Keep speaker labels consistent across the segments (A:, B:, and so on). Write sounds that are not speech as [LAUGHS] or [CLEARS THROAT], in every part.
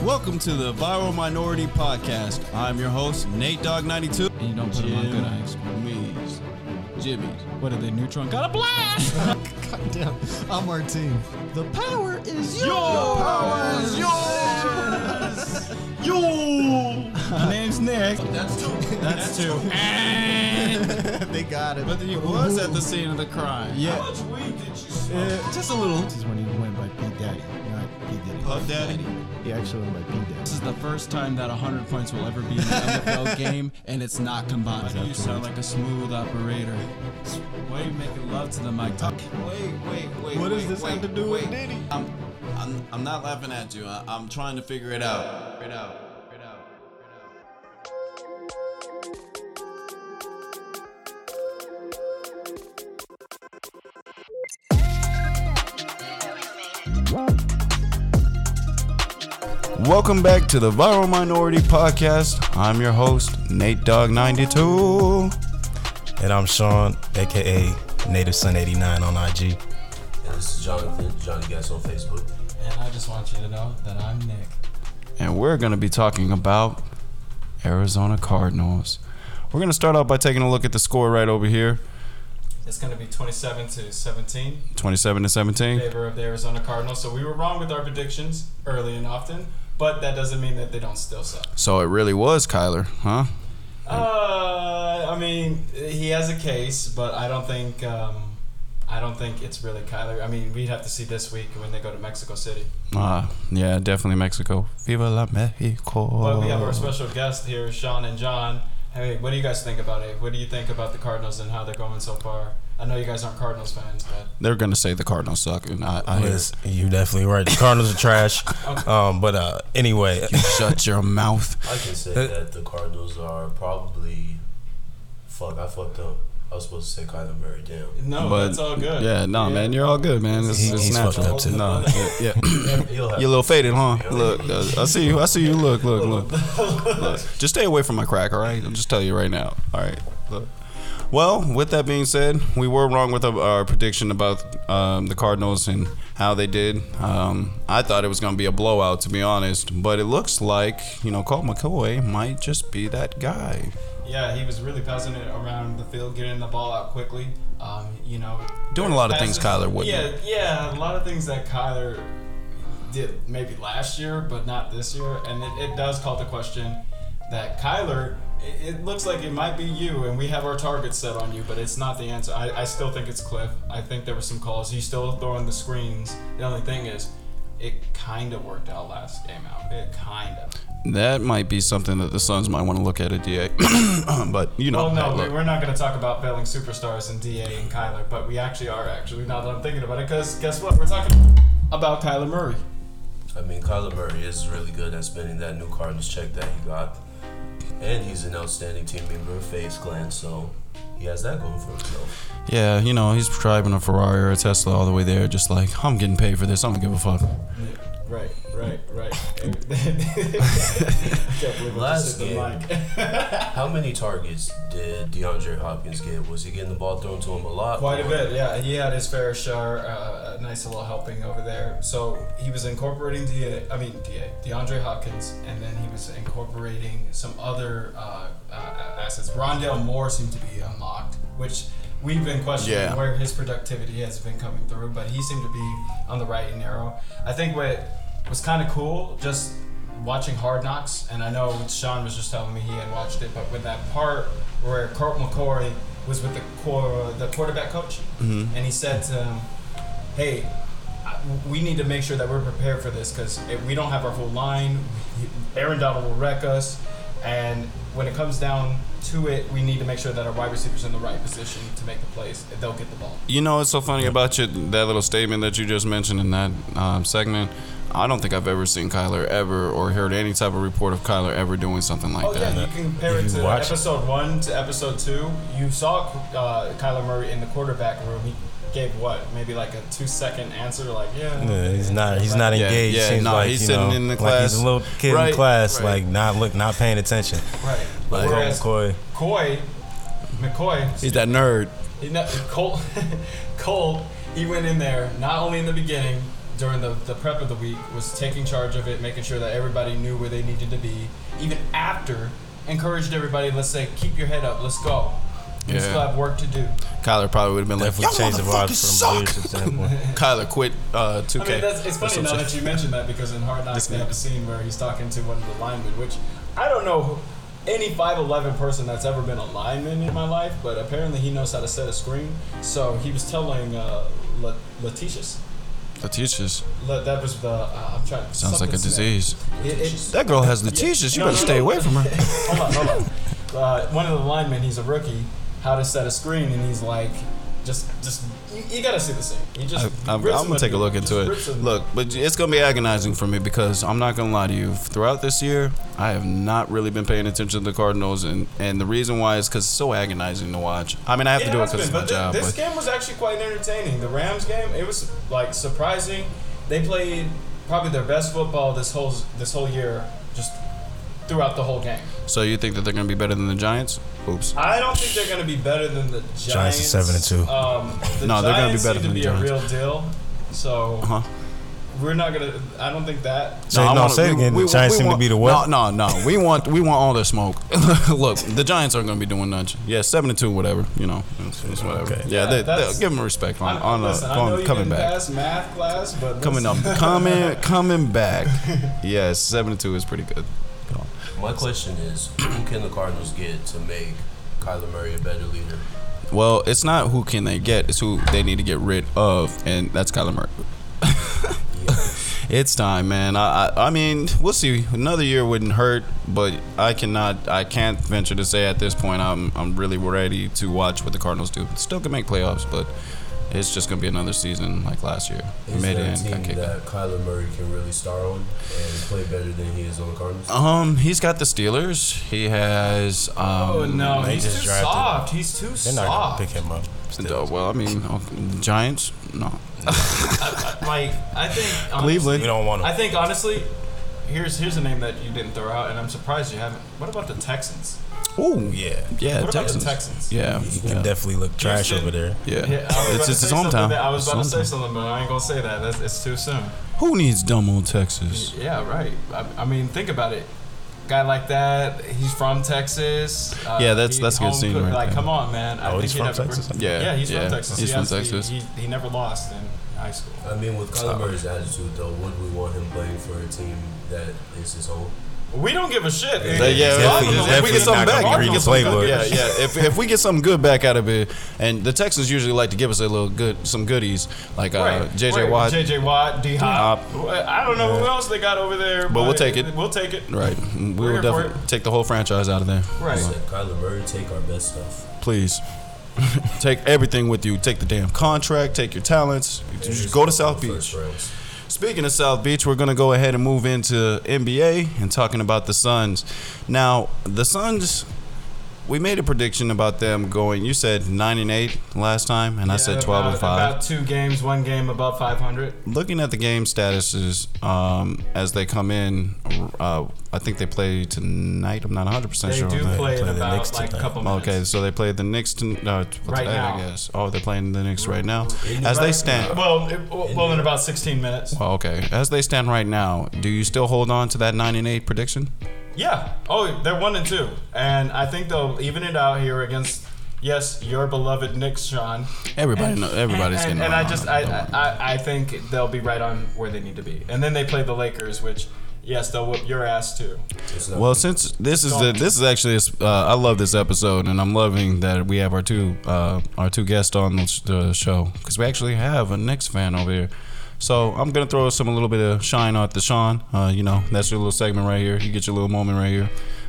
A: Welcome to the Viral Minority Podcast. I'm your host, Nate Dog92.
B: And you don't put them on good ice.
A: Mees. Jimmy's.
B: What are they, Neutron? Got a blast!
C: Goddamn. I'm Martine. The power is yours. [LAUGHS]
A: Yours! Yours! Yo!
B: My [LAUGHS] name's Nick.
A: That's two. That's two.
C: they got it.
A: But he was at the scene of the crime.
C: Yeah.
A: How much weed did you smoke?
C: just a little. This is when he went by P Daddy, not P Diddy.
A: Puff Daddy.
C: He actually went by P Daddy.
B: This is the first time that 100 points will ever be in
A: [LAUGHS]
B: an NFL game, and it's not combined. You sound like a smooth operator. Why are you making love to the mic? Talk.
A: Wait, wait, wait.
C: What does
A: wait,
C: this
A: wait,
C: have to do
A: wait.
C: with Diddy?
A: I'm, I'm, I'm not laughing at you. I, I'm trying to figure it out. Figure it out. Figure it out. Figure it out. Welcome back to the Viral Minority Podcast. I'm your host, Nate Dog92.
D: And I'm Sean, aka Native Son 89 on IG.
E: And this is Jonathan, Johnny Gas on Facebook.
B: And I just want you to know that I'm Nick.
A: and we're going to be talking about Arizona Cardinals. We're going to start out by taking a look at the score right over here
F: It's going to be 27 to 17
A: 27 to
F: in
A: 17.
F: favor of the Arizona Cardinals. So we were wrong with our predictions early and often, but that doesn't mean that they don't still suck.
A: So it really was Kyler, huh?
F: Uh, I mean, he has a case, but I don't think um, I don't think it's really Kyler. I mean, we'd have to see this week when they go to Mexico City.
A: Ah, yeah, definitely Mexico. Viva la
F: But we have
A: Mexico.
F: our special guest here, Sean and John. Hey, what do you guys think about it? What do you think about the Cardinals and how they're going so far? I know you guys aren't Cardinals fans, but
A: They're going to say the Cardinals suck, and I, I hear it.
D: Yes, you definitely right. The Cardinals
E: [LAUGHS]
D: are trash. Um, but uh, anyway,
A: [LAUGHS] Shut your mouth.
E: I can
D: [LAUGHS]
E: say that the Cardinals are probably. Fuck, I fucked up. I was supposed to say Kyler Murray, damn.
F: no,
A: But
F: that's all good.
A: Yeah, no, man, you're all good, man. It's,
D: He-
A: it's
D: he's
A: natural.
D: fucked up, too.
F: [LAUGHS]
A: No, yeah, yeah.
E: You'll have
A: You're a little faded, huh? Look, uh, I see you. I see you. Look, look, look.
F: [LAUGHS]
A: look. Just stay away from my crack, all right? I'll just tell you right now. All right. Look. Well, with that being said, we were wrong with our- our prediction about um, the Cardinals and how they did. Um, I thought it was going to be a blowout, to be honest, but it looks like you know Colt McCoy might just be that guy.
F: Yeah, he was really passing it around the field, getting the ball out quickly. Um, you know,
A: Doing a lot of things Kyler wouldn't.
F: Yeah, yeah, a lot of things that Kyler did maybe last year, but not this year, and it, it does call to question that Kyler. It, it looks like it might be you, and we have our target set on you, but it's not the answer. I, I still think it's Cliff. I think there were some calls. He's still throwing the screens. The only thing is, it kind of worked out last game out. It kind of.
A: That might be something that the Suns might want to look at at DA. [COUGHS] but you know,
F: Well, no,
A: look.
F: we- we're not going to talk about failing superstars and Da and Kyler, but we actually are actually now that I'm thinking about it, because guess what? We're talking about Kyler Murray.
E: I mean, Kyler Murray is really good at spending that new Cardinals check that he got. And he's an outstanding team member of FaZe Clan, so he has that going for himself.
A: Yeah, you know, he's driving a Ferrari or a Tesla all the way there, just like, I'm getting paid for this, I don't give a fuck.
F: Right, right, right. I can't believe I
E: Last
F: just hit the
E: game.
F: mic. [LAUGHS]
E: How many targets did DeAndre Hopkins get? Was he getting the ball thrown to him a lot?
F: Quite a
E: or-
F: bit, yeah. He had his fair share, uh, a nice little helping over there. So he was incorporating Da, I mean Da, DeAndre Hopkins, and then he was incorporating some other uh, uh, assets. Rondell Moore seemed to be unlocked, which we've been questioning
A: Yeah.
F: where his productivity has been coming through, but he seemed to be on the right and narrow. I think what was kind of cool, just watching Hard Knocks, and I know Sean was just telling me he had watched it, but with that part where Colt McCoy was with the quar- the quarterback coach, and he said to him, "Hey, I- we need to make sure that we're prepared for this because we don't have our full line. [LAUGHS] Aaron Donald will wreck us, and when it comes down to it, we need to make sure that our wide receivers in the right position to make the plays. and They'll get the ball."
A: You know, it's so funny about you, that little statement that you just mentioned in that um, segment. I don't think I've ever seen Kyler ever or heard any type of report of Kyler ever doing something like
F: Oh
A: that.
F: yeah, you can compare it
D: uh, you
F: to
D: watch it.
F: episode one to episode two. You saw uh, Kyler Murray in the quarterback room. He gave what, maybe like a two-second answer, like yeah.
D: yeah, he's not he's not
A: Yeah,
D: engaged.
A: yeah,
D: Seems
A: nah,
D: like,
A: he's
D: you
A: sitting
D: know,
A: in the
D: like he's
A: class.
D: a little kid
A: Right,
D: in class,
A: right.
D: like not look, not paying attention.
F: Right.
E: Like-
D: Colt
F: Whereas
D: McCoy.
F: McCoy, McCoy,
A: He's that nerd.
F: [LAUGHS] He not, Cole, Cole, he went in there not only in the beginning, during the, the prep of the week was taking charge of it, making sure that everybody knew where they needed to be. Even after, encouraged everybody, let's say, keep your head up, let's go. We still
A: Yeah.
F: have work to do.
A: Kyler probably would have been like,
D: Definitely
A: "Y'all
D: changed the
A: motherfuckers
D: vibe from a
A: suck."
D: leadership standpoint. [LAUGHS]
A: Kyler quit uh, 2K.
F: I mean, that's, it's
A: or
F: funny
A: some
F: now
A: shit.
F: that you mentioned that because in Hard Knocks they have a scene where he's talking to one of the linemen, which I don't know who- any 5'11 person that's ever been a lineman in my life, but apparently he knows how to set a screen. So he was telling uh, La- Letitia's.
A: The teachers
F: La- that was the. Uh, I'm trying.
A: sounds like
F: something
A: a
F: Smith.
A: disease.
F: It- it-
A: That girl has the teachers. You
F: No,
A: better
F: no,
A: stay
F: no.
A: away from her.
F: hold on, hold
A: [LAUGHS]
F: on. Uh, one of the linemen, he's a rookie, how to set a screen, and he's like, just, just, you, you gotta see the scene. He just.
A: I, I'm, I'm
F: rips him
A: gonna take a
F: new-
A: look
F: just
A: into
F: rips
A: it.
F: him-
A: Look, but it's gonna be agonizing for me because I'm not gonna lie to you. Throughout this year, I have not really been paying attention to the Cardinals, and, and the reason why is because it's so agonizing to watch. I mean, I have to do it
F: has
A: because it's my
F: been, but thi-
A: job.
F: This
A: But
F: game was actually quite entertaining. The Rams game, it was like surprising. They played probably their best football this whole this whole year, just throughout the whole game.
A: so you think that they're gonna be better than the Giants? Oops.
F: I don't think they're going to be better than the Giants.
D: Giants are seven and two.
F: Um, the
A: No, they're gonna be
F: Giants
A: better than
F: seem to
A: the
F: be a
A: Giants.
F: real deal. So
A: Uh huh.
F: we're not going to. I don't think that.
D: Say-
A: I
D: no,
A: wanna-
D: say it again. The Giants seem to
A: want-
D: be the what?
A: No, no, no. We want we want all the smoke. [LAUGHS] Look, the Giants aren't going to be doing nothing. Yeah, seven and two, whatever. You know, it's, it's whatever.
D: Okay.
A: Yeah,
F: Yeah,
A: they,
F: that's-
A: they'll give them respect on
F: I-
A: on, uh,
F: listen, I know
A: on
F: you
A: coming
F: didn't
A: back.
F: Pass math class, but
A: Coming [LAUGHS] up,
F: listen- [LAUGHS]
A: coming, coming back. Yes, seven and two is pretty good.
E: My question is, who can the Cardinals get to make Kyler Murray a better leader?
A: Well, it's not who can they get; it's who they need to get rid of, and that's Kyler [LAUGHS] Murray. it's time, man. I, I, I mean, we'll see. Another year wouldn't hurt, but I cannot, I can't venture to say at this point. I'm, I'm really ready to watch what the Cardinals do. Still can make playoffs, but it's just gonna be another season like last year. We
E: Is
A: made it
E: there a
A: and got
E: team
A: kicked out.
E: that Kyler Murray can really star on and play better than he is on the Cardinals?
A: Um, he's got the Steelers. He has. Um,
F: Oh no,
D: They
F: he's
D: just
F: too
D: drafted-
F: soft. He's too
D: They're not
F: soft.
D: gonna pick him up.
A: uh, well, I mean, okay, Giants. No,
F: Like I think honestly,
A: Cleveland.
D: We don't want him.
F: I think honestly, here's here's a name that you didn't throw out, and I'm surprised you haven't. What about the Texans?
A: Ooh,
D: Yeah.
A: yeah,
F: What about the
A: Uh, Texans.
F: Texans?
A: Yeah,
D: He
A: yeah.
D: can definitely look trash
F: Houston.
D: over there.
A: Yeah,
F: I
A: it's
F: was about to
A: it's his
F: say something
A: hometown.
F: that- I was
A: It's
F: about to
A: his
F: say
A: hometown.
F: something, but I ain't gonna say that. That's, it's too soon.
A: Who needs dumb old Texas?
F: Yeah, right. I, I mean, think about it. Guy like that, he's from Texas. Uh,
A: Yeah, that's-
F: he-
A: that's a good
F: home
A: scene
F: cook-
A: right
F: Like,
A: there.
F: come on, man. I
D: Oh,
F: think
D: he's
F: he
D: from
F: never-
D: Texas?
A: Yeah,
F: yeah, he's
A: yeah,
F: from Texas.
A: he's
F: He
A: from
F: has to-
A: Texas.
F: He, he never lost in high school.
E: I mean, with Kyler Murray's attitude, though, would we want him playing for a team that is his home?
F: We don't give a shit.
A: Uh, Yeah, yeah.
D: Definitely-
A: if we
D: definitely
A: get something
D: not
A: back,
D: gonna
A: if we
D: read
A: get
D: the
A: something
D: playbook.
A: good, yeah, yeah. If, if we get something good back out of it, and the Texans usually like to give us a little good, some goodies like uh,
F: Right,
A: J.J.
F: right.
A: Watt.
F: JJ Watt, D Hop. I don't know who else they got over there, but,
A: we'll take it.
F: We'll take it.
A: Right, we
F: We're
A: will
F: here for
A: definitely take the whole franchise out of there.
F: Right.
E: Said Kyler Murray take our best stuff.
A: Please, take everything with you. Take the damn contract. Take your talents. Just go to South Beach. Speaking of South Beach, we're going to go ahead and move into NBA and talking about the Suns. Now, the Suns, we made a prediction about them going. You said nine and eight last time, and I said twelve
F: about,
A: and five.
F: About two games, one game above 500.
A: Looking at the game statuses um, as they come in, uh, I think they play tonight. I'm not 100 percent
F: They
A: sure.
F: do
A: on that.
F: play in
D: play the Knicks
F: about like a
D: tonight.
F: couple minutes.
A: Okay, so they play the Knicks ton uh, t-
F: Right
A: today,
F: now.
A: I guess. Oh, they're playing the Knicks right now. As they stand,
F: Well, it, well, in about 16 minutes.
A: Oh, okay. As they stand right now, do you still hold on to that nine and eight prediction?
F: Yeah. Oh, they're one and two, and I think they'll even it out here against. Yes, your beloved Knicks, Sean.
A: Everybody, know, everybody's
F: and,
A: getting.
F: and
A: around
F: I just
A: on
F: I,
A: that one.
F: I I think they'll be right on where they need to be, and then they play the Lakers, which yes, they'll whoop your ass too.
A: Well, since this is the this is actually uh, I love this episode, and I'm loving that we have our two uh, our two guests on the, sh- the show because we actually have a Knicks fan over here. So I'm gonna throw some a little bit of shine out to Sean. Uh, you know, that's your little segment right here. You get your little moment right here.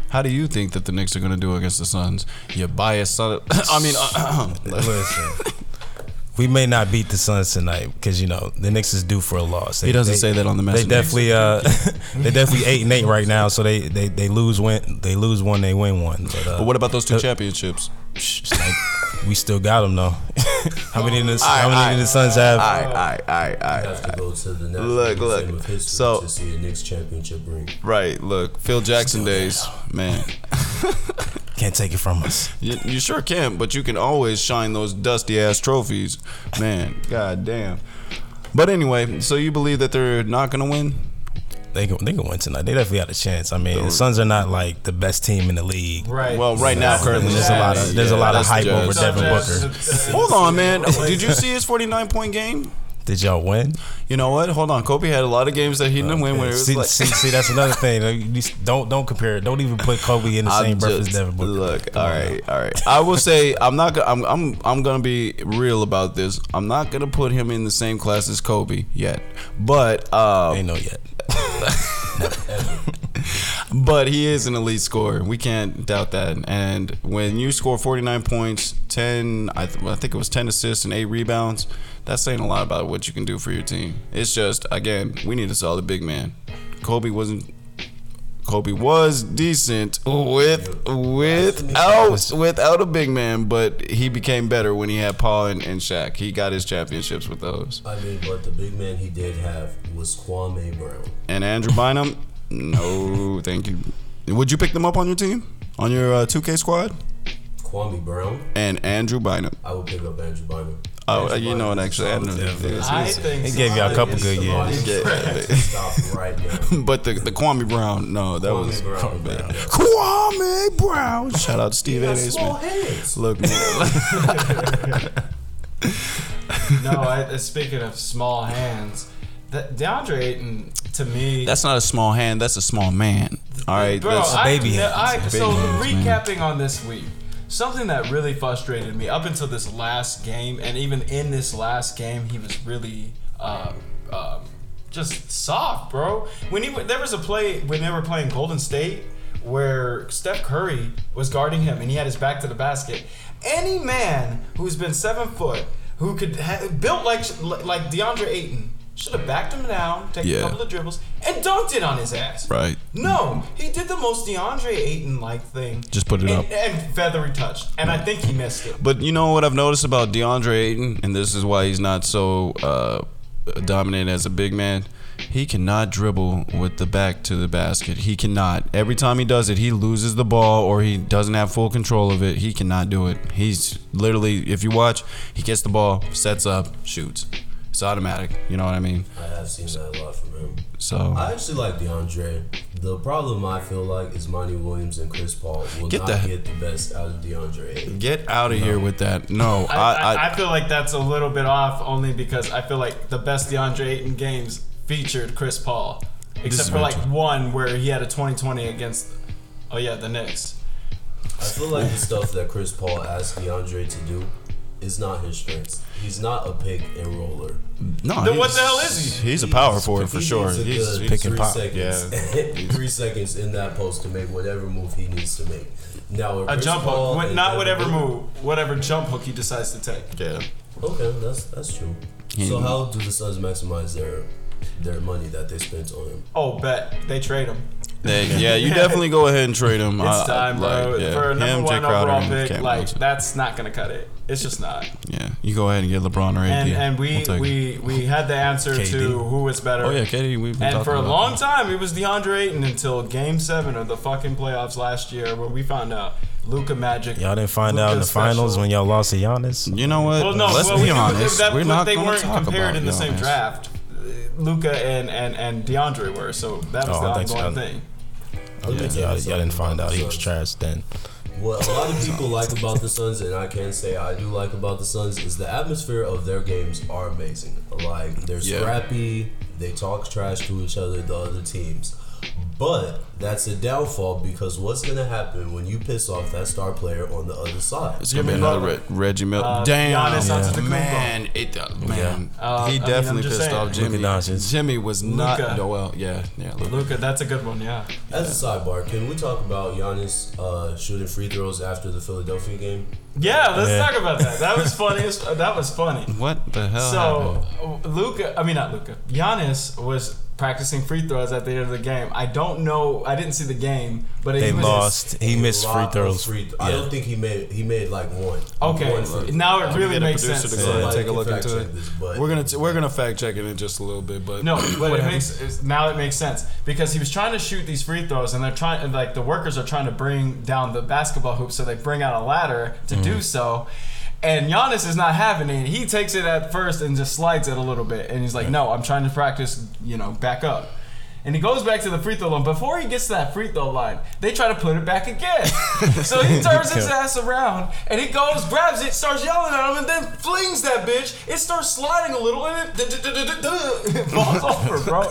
A: How do you think that the Knicks are gonna do against the Suns? You biased son. Of, [COUGHS] I mean,
D: Listen, [LAUGHS] we may not beat the Suns tonight because you know the Knicks is due for a loss. They,
A: he doesn't
D: they-
A: say that on the
D: They
A: message.
D: definitely, uh, [LAUGHS] they definitely eight and eight right now. So they, they, they lose win, they lose one, they win one. But, uh,
A: But what about those two championships?
D: psh, it's like, we still got them though. [LAUGHS] how many? Of the, how many of the Suns have?
A: I, I, I,
E: have to go to the National
A: Look,
E: Museum
A: look.
E: of History
A: So-
E: to see a Knicks championship ring.
A: Right. Look, Phil Jackson days, man.
D: Can't take it from us.
A: You, you sure can, but you can always shine those dusty ass trophies, man. God damn. But anyway, so you believe that they're not gonna win?
D: They can, they can win tonight. They definitely got a chance. I mean, the Suns are not like the best team in the league.
F: Right.
A: Well, right now
D: And
A: currently
D: there's a lot of there's a
A: Yeah,
D: lot of
A: that's the
D: hype over
A: Jazz.
D: Devin
F: [LAUGHS]
D: Booker.
A: Hold on, man.
D: [LAUGHS]
A: Did you see his 49 point game?
D: Did y'all win?
A: You know what? Hold on. Kobe had a lot of games that he didn't win where it was
D: see,
A: like. [LAUGHS]
D: see, see, that's another thing. Like, you just Don't don't compare. it. Don't even put Kobe in the
A: I'm
D: same breath as
A: just-
D: Devin Booker.
A: Look,
D: Come
A: all
D: on
A: right, all right. I will say I'm not. Gonna, I'm I'm I'm gonna be real about this. I'm not gonna put him in the same class as Kobe yet, but
D: now.
A: uh,
D: Ain't no yet.
A: but he is an elite scorer. We can't doubt that. And when you score 49 points, 10, I, th- I think it was 10 assists and eight rebounds, that's saying a lot about what you can do for your team. It's just again, we need a solid big man. Kobe wasn't. Kobe was decent with without without a big man, but he became better when he had Paul and, and Shaq. He got his championships with those.
E: I mean, but the big man he did have was Kwame Brown.
A: And Andrew Bynum, no, thank you. Would you pick them up on your team, on your uh, 2K squad?
E: Kwame Brown.
A: And Andrew Bynum. [CLEARS THROAT]
E: I would pick up Andrew Bynum.
A: Oh,
E: Andrew
A: you know what?
E: Bynum
A: Actually, I
E: is
A: know
E: solid.
A: this.
F: I think
D: He gave y'all a couple
E: It's
D: good
E: the
D: years.
E: Lions.
A: Yeah.
E: Right. Stop right
A: [LAUGHS]
E: now.
A: But the the Kwame Brown, no, that was
E: Kwame Brown.
A: bad. Kwame Brown. Shout out to Steve A.
E: Got
A: Smith.
E: small hands.
A: Look,
E: [LAUGHS]
A: man.
F: no. I, uh, speaking of small hands, that DeAndre Ayton to me.
A: that's not a small hand. That's a small man. All right,
F: bro.
A: that's
F: I,
D: baby
F: no,
D: hands.
F: I, so
A: Baby hands,
F: recapping on this week, something that really frustrated me up until this last game, and even in this last game, he was really. Uh, um, just soft, bro. When he w- there was a play when they were playing Golden State where Steph Curry was guarding him and he had his back to the basket. Any man who's been seven foot who could ha- built like like DeAndre Ayton should have backed him down, taken
A: Yeah.
F: a couple of dribbles, and dunked it on his ass.
A: right.
F: No, he did the most DeAndre Ayton like thing.
A: Just put it
F: and,
A: up.
F: And feathery touch. And I think he missed it.
A: But you know what I've noticed about DeAndre Ayton, and this is why he's not so uh, dominant as a big man. He cannot dribble with the back to the basket. He cannot. Every time he does it, he loses the ball or he doesn't have full control of it. He cannot do it. He's literally, if you watch, he gets the ball, sets up, shoots. It's automatic. You know what I mean?
E: I have seen that a lot from him.
A: So
E: I actually like DeAndre. The problem I feel like is Monty Williams and Chris Paul will
A: Get
E: not
A: the-
E: get the best out of DeAndre. Ayton.
A: get out of here with that. No,
F: I,
A: I,
F: I, I feel like that's a little bit off only because I feel like the best DeAndre Ayton games featured Chris Paul.
A: is
F: Except for
A: very
F: like one where he had a 2020 against, oh yeah, the Knicks.
E: I feel like the stuff that Chris Paul asked DeAndre to do is not his strengths. He's not a pick and roller.
A: no.
F: Then what
A: he's-
F: the hell is
A: He's a power forward for
E: He
A: sure.
E: needs a
A: He's,
E: good
A: he's-
D: pick and
E: three
D: pop.
E: Seconds, [LAUGHS] three seconds in that post to make whatever move he needs to make. Now with
F: A
E: Chris
F: jump
E: Paul
F: hook. What-
E: and Devin
F: Not whatever
E: Booker-
F: move, whatever jump hook he decides to take.
A: yeah.
E: Okay, that's that's true. So how do the Suns maximize their their money that they spent on him?
F: Oh, bet. They trade him.
A: They- yeah, you definitely go ahead and trade him.
F: It's
A: I- I-
F: time, bro.
A: Uh, like, yeah.
F: For a number
A: Him,
F: one
A: Jay Crowder,
F: overall
A: and
F: pick,
A: Cam
F: like,
A: Johnson.
F: that's not going to cut it. It's just not.
A: yeah, you go ahead and get LeBron or AD.
F: and and we
A: We'll take it.
F: we we had the answer
D: KD.
F: to who is better.
A: oh yeah, Katie, we've been
F: And
A: talking
F: for a
A: about
F: long
A: that.
F: time, it was DeAndre Ayton until Game Seven of the fucking playoffs last year, where we found out Luca Magic.
D: Y'all didn't find out in the
F: Luka's
D: finals
F: special.
D: when y'all lost to Giannis.
A: You know what?
F: Well, no,
A: Let's
F: well,
A: be
F: we-
A: honest.
F: that-
A: We're
F: but
A: not
F: they
A: gonna
F: weren't
A: talk
F: compared
A: about
F: in the same
A: Giannis.
F: draft. Luca and, and and DeAndre were, so that was
D: Oh,
F: the
D: I think so.
F: ongoing thing.
E: I'm
D: Oh, Yeah,
E: gonna tell
D: y'all,
E: you
D: y'all didn't
E: something
D: find
E: about
D: out
E: the
D: he was
E: Suns.
D: trash then.
E: What a lot of people like about the Suns, and I can say I do like about the Suns, is the atmosphere of their games are amazing. Like they're
A: Yeah.
E: scrappy, they talk trash to each other, the other teams. But that's a downfall because what's gonna happen when you piss off that star player on the other side?
A: It's gonna be
F: Jimmy
A: another
F: Butler.
A: Reg- Reggie Miller.
F: Uh,
A: Damn,
F: Giannis Antetokounmpo.
A: man, it, uh, man,
F: Uh, I
A: he
F: mean,
A: definitely
F: I'm just
A: pissed
F: saying.
A: off Jimmy.
D: Luka Doncic.
A: Jimmy was not
F: Luka.
A: Noel. Yeah, yeah. Luka.
F: Luca, that's a good one, yeah.
E: As a sidebar, can we talk about Giannis uh, shooting free throws after the Philadelphia game?
F: Yeah, let's
D: Yeah.
F: talk about that. That was funny. as- that
A: [LAUGHS]
F: was funny.
A: What the hell? happened?
D: Oh,
F: So Luca, I mean not Luca. Giannis was practicing free throws at the end of the game. I don't know. I didn't see the game, but
D: They
F: he was
D: lost. He missed
E: A
D: free
E: lot of
D: throws.
E: free th- I
D: yeah.
E: don't think he made. He made like one. One free
F: Okay,
E: throw.
F: now it really
A: Get a
F: makes
A: producer
F: sense.
A: to go ahead and
E: Like,
A: take a look
E: fact
A: into
E: check
A: it.
E: this, but-
A: we're gonna t- we're gonna fact check it in just a little bit, but [COUGHS]
F: No, but it makes it's, now it makes sense because he was trying to shoot these free throws, and they're trying and
D: Mm-hmm.
F: like the workers are trying to bring down the basketball hoop, so they bring out a ladder to do so. And Giannis is not having it. He takes it at first and just slides it a little bit. And he's like, no, I'm trying to practice, you know, back up. And he goes back to the free throw line. Before he gets to that free throw line, they try to put it
E: [LAUGHS]
F: back again. so he turns his ass around and he goes, grabs it, starts yelling at him, and then flings that bitch. It starts sliding a little and it duh-duh-duh-duh-duh, [LAUGHS] falls over, bro.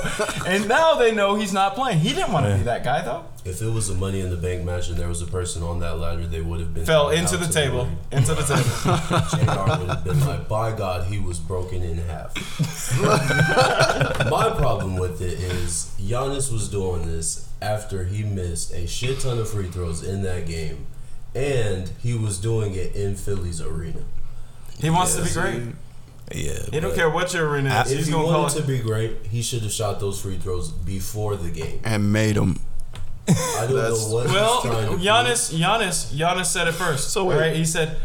F: And now they know he's not playing. He didn't want to be that guy, though.
E: If it was a Money in the Bank match and there was a person on that ladder, they would have been
F: Fell
E: thrown
F: into
E: out
F: the
E: to
F: table.
E: win.
F: Into the table.
E: JR would have been like, by God, he was broken in half. My problem with it is Giannis was doing this after he missed a shit ton of free throws in that game, and he was doing it in Philly's arena.
F: He wants to be
E: Yes,
F: great.
D: Yeah.
F: He don't
D: but-
F: care what your arena is.
E: If
F: He's
E: he
F: gonna call
E: wanted
F: it.
E: to be great, he should have shot those free throws before the game.
A: and made him.
E: I don't know
A: That's-
E: what
F: [LAUGHS] Well,
E: he's trying to prove.
F: Giannis, Giannis, Giannis said it first.
A: So
F: So
A: wait.
F: right, he said,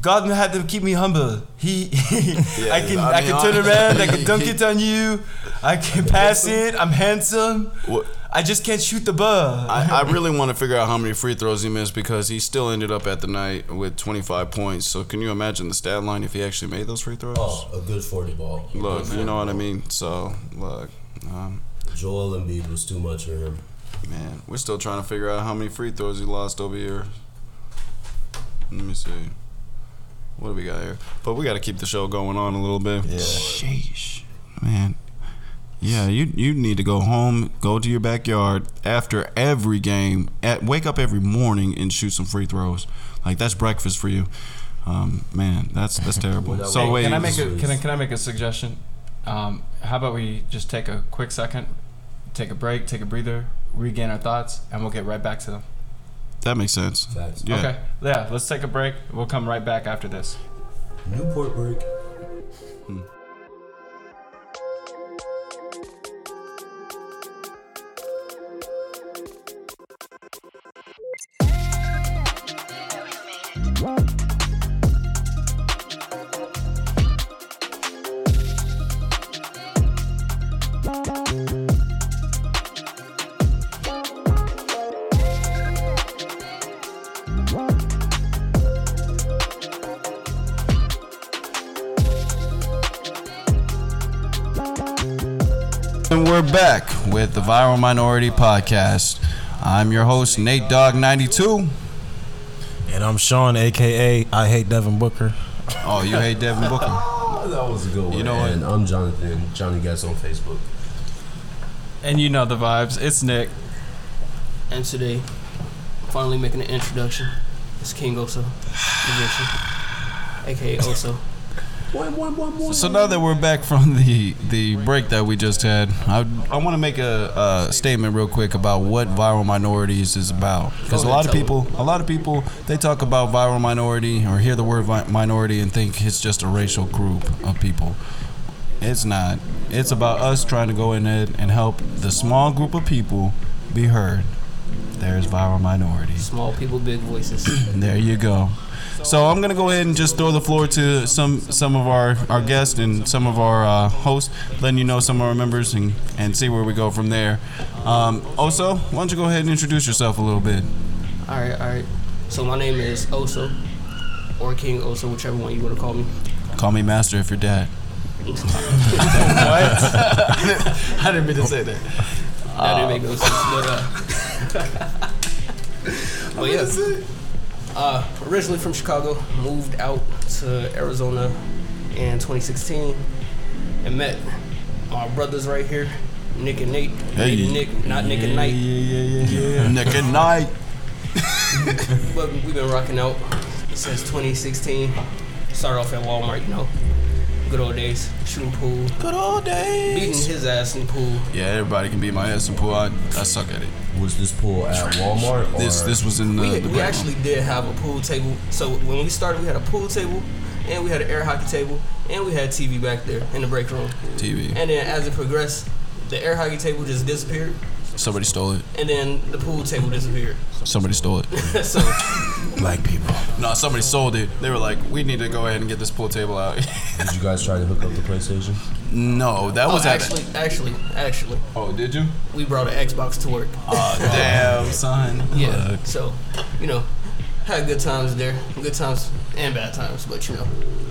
F: "God had to keep me humble. He, [LAUGHS] I can,
A: I
F: I,
A: mean,
F: can turn
A: [LAUGHS]
F: around, I can dunk
A: he-
F: it on you, I can pass it. I'm handsome.
A: What-
F: I just can't shoot the ball."
A: I, I really want to figure out how many free throws he missed because he still ended up at the night with 25 points. So can you imagine the stat line if he actually made those free throws?
E: Oh, a good 40 ball.
A: Look, you know what I mean. So look, um,
E: Joel Embiid was too much for him.
A: man, we're still trying to figure out how many free throws he lost over here. Let me see. What do we got here? But we got to keep the show going on a little bit. Yeah. Sheesh, man. Yeah, you you need to go home, go to your backyard after every game, at, wake up every morning and shoot some free throws. Like that's breakfast for you. Um, man, that's that's terrible.
E: Well, that
A: so wait,
E: way-
F: can I make
E: this
F: a
E: is-
F: can I, can I make a suggestion? Um, how about we just take a quick second, take a break, take a breather, regain our thoughts, and we'll get right back to them.
A: that makes sense.
E: Facts.
A: Yeah.
F: Okay, yeah, let's take a break. We'll come right back after this.
E: Newport break.
A: And we're back with the Viral Minority Podcast. I'm your host, Nate Dog92.
D: And I'm Sean, aka I hate Devin Booker.
A: Oh, you hate Devin Booker?
E: Oh, that was a good one.
A: know what?
E: and I'm Jonathan, Johnny Guess on Facebook.
F: And you know the vibes. It's Nick.
G: And today, finally making an introduction. It's King Oso, magician, aka Oso.
A: So now that we're back from the the break that we just had, I, I want to make a, a statement real quick about what viral minorities is about. Because a lot of people, a lot of people, they talk about viral minority or hear the word vi- minority and think it's just a racial group of people. It's not. It's about us trying to go in it and help the small group of people be heard. There's viral minorities.
G: Small people, big voices. [CLEARS THROAT]
A: There you go. So I'm gonna go ahead and just throw the floor to some some of our, our guests and some of our uh, hosts, letting you know some of our members and, and see where we go from there. Um, also, why don't you go ahead and introduce yourself a little bit?
G: all right, all right. So my name is Oso, or King Oso, whichever one you want to call me.
A: Call me Master if you're dad. [LAUGHS]
F: [LAUGHS] I didn't mean to say that.
G: That didn't make no sense. But, uh, [LAUGHS] but yeah. Uh, originally from Chicago, moved out to Arizona in 2016, and met my brothers right here, Nick and Nate.
A: Hey.
G: Nate and Nick, not Nick and Nate.
A: Nick and Knight.
G: But we've been rocking out since 2016. Started off at Walmart, you know. Good old days, shooting pool,
A: Good old
G: beating
A: days.
G: his ass in pool.
A: Yeah, everybody can beat my ass and pull out. I suck at it.
E: Was this pool at Walmart? Or
A: This this was in Uh, the,
G: We,
A: the
G: we
A: break.
G: actually did have a pool table. So when we started, we had a pool table, and we had an air hockey table, and we had TV back there in the break room.
A: TV.
G: And then as it progressed, the air hockey table just disappeared,
A: Somebody stole it.
G: and then the pool table disappeared. [LAUGHS]
A: Somebody stole
F: [LAUGHS]
A: it.
G: so
D: Black people.
A: no, somebody sold it. They were like, we need to go ahead and get this pool table out. [LAUGHS]
E: Did you guys try to hook up the PlayStation?
A: no, that
G: oh,
A: was at-
G: actually, actually, actually,
A: Oh, did you? Oh, [LAUGHS]
G: we brought an Xbox to work.
A: Damn, son.
G: Yeah. So, you know, Had good times there, good times and bad times, but you know,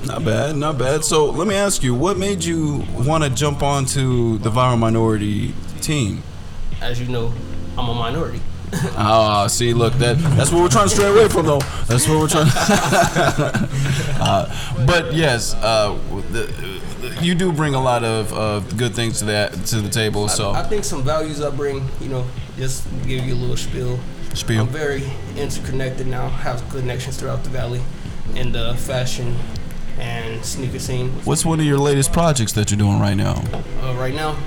A: Not bad, not bad. So let me ask you, what made you want to jump onto the viral minority team?
G: as you know, I'm a minority.
A: Ah, see, look, that that's what we're trying to stray away from, though. That's what we're trying. [LAUGHS] uh, but yes, uh, the, the, you do bring a lot of uh, good things to that to the table. So
G: I think some values I bring, you know, just give you a little spiel.
A: Spiel.
G: I'm very interconnected now. Have connections throughout the valley, in the fashion and sneaker scene.
A: What's one of your latest projects that you're doing right now?
G: Uh, right now,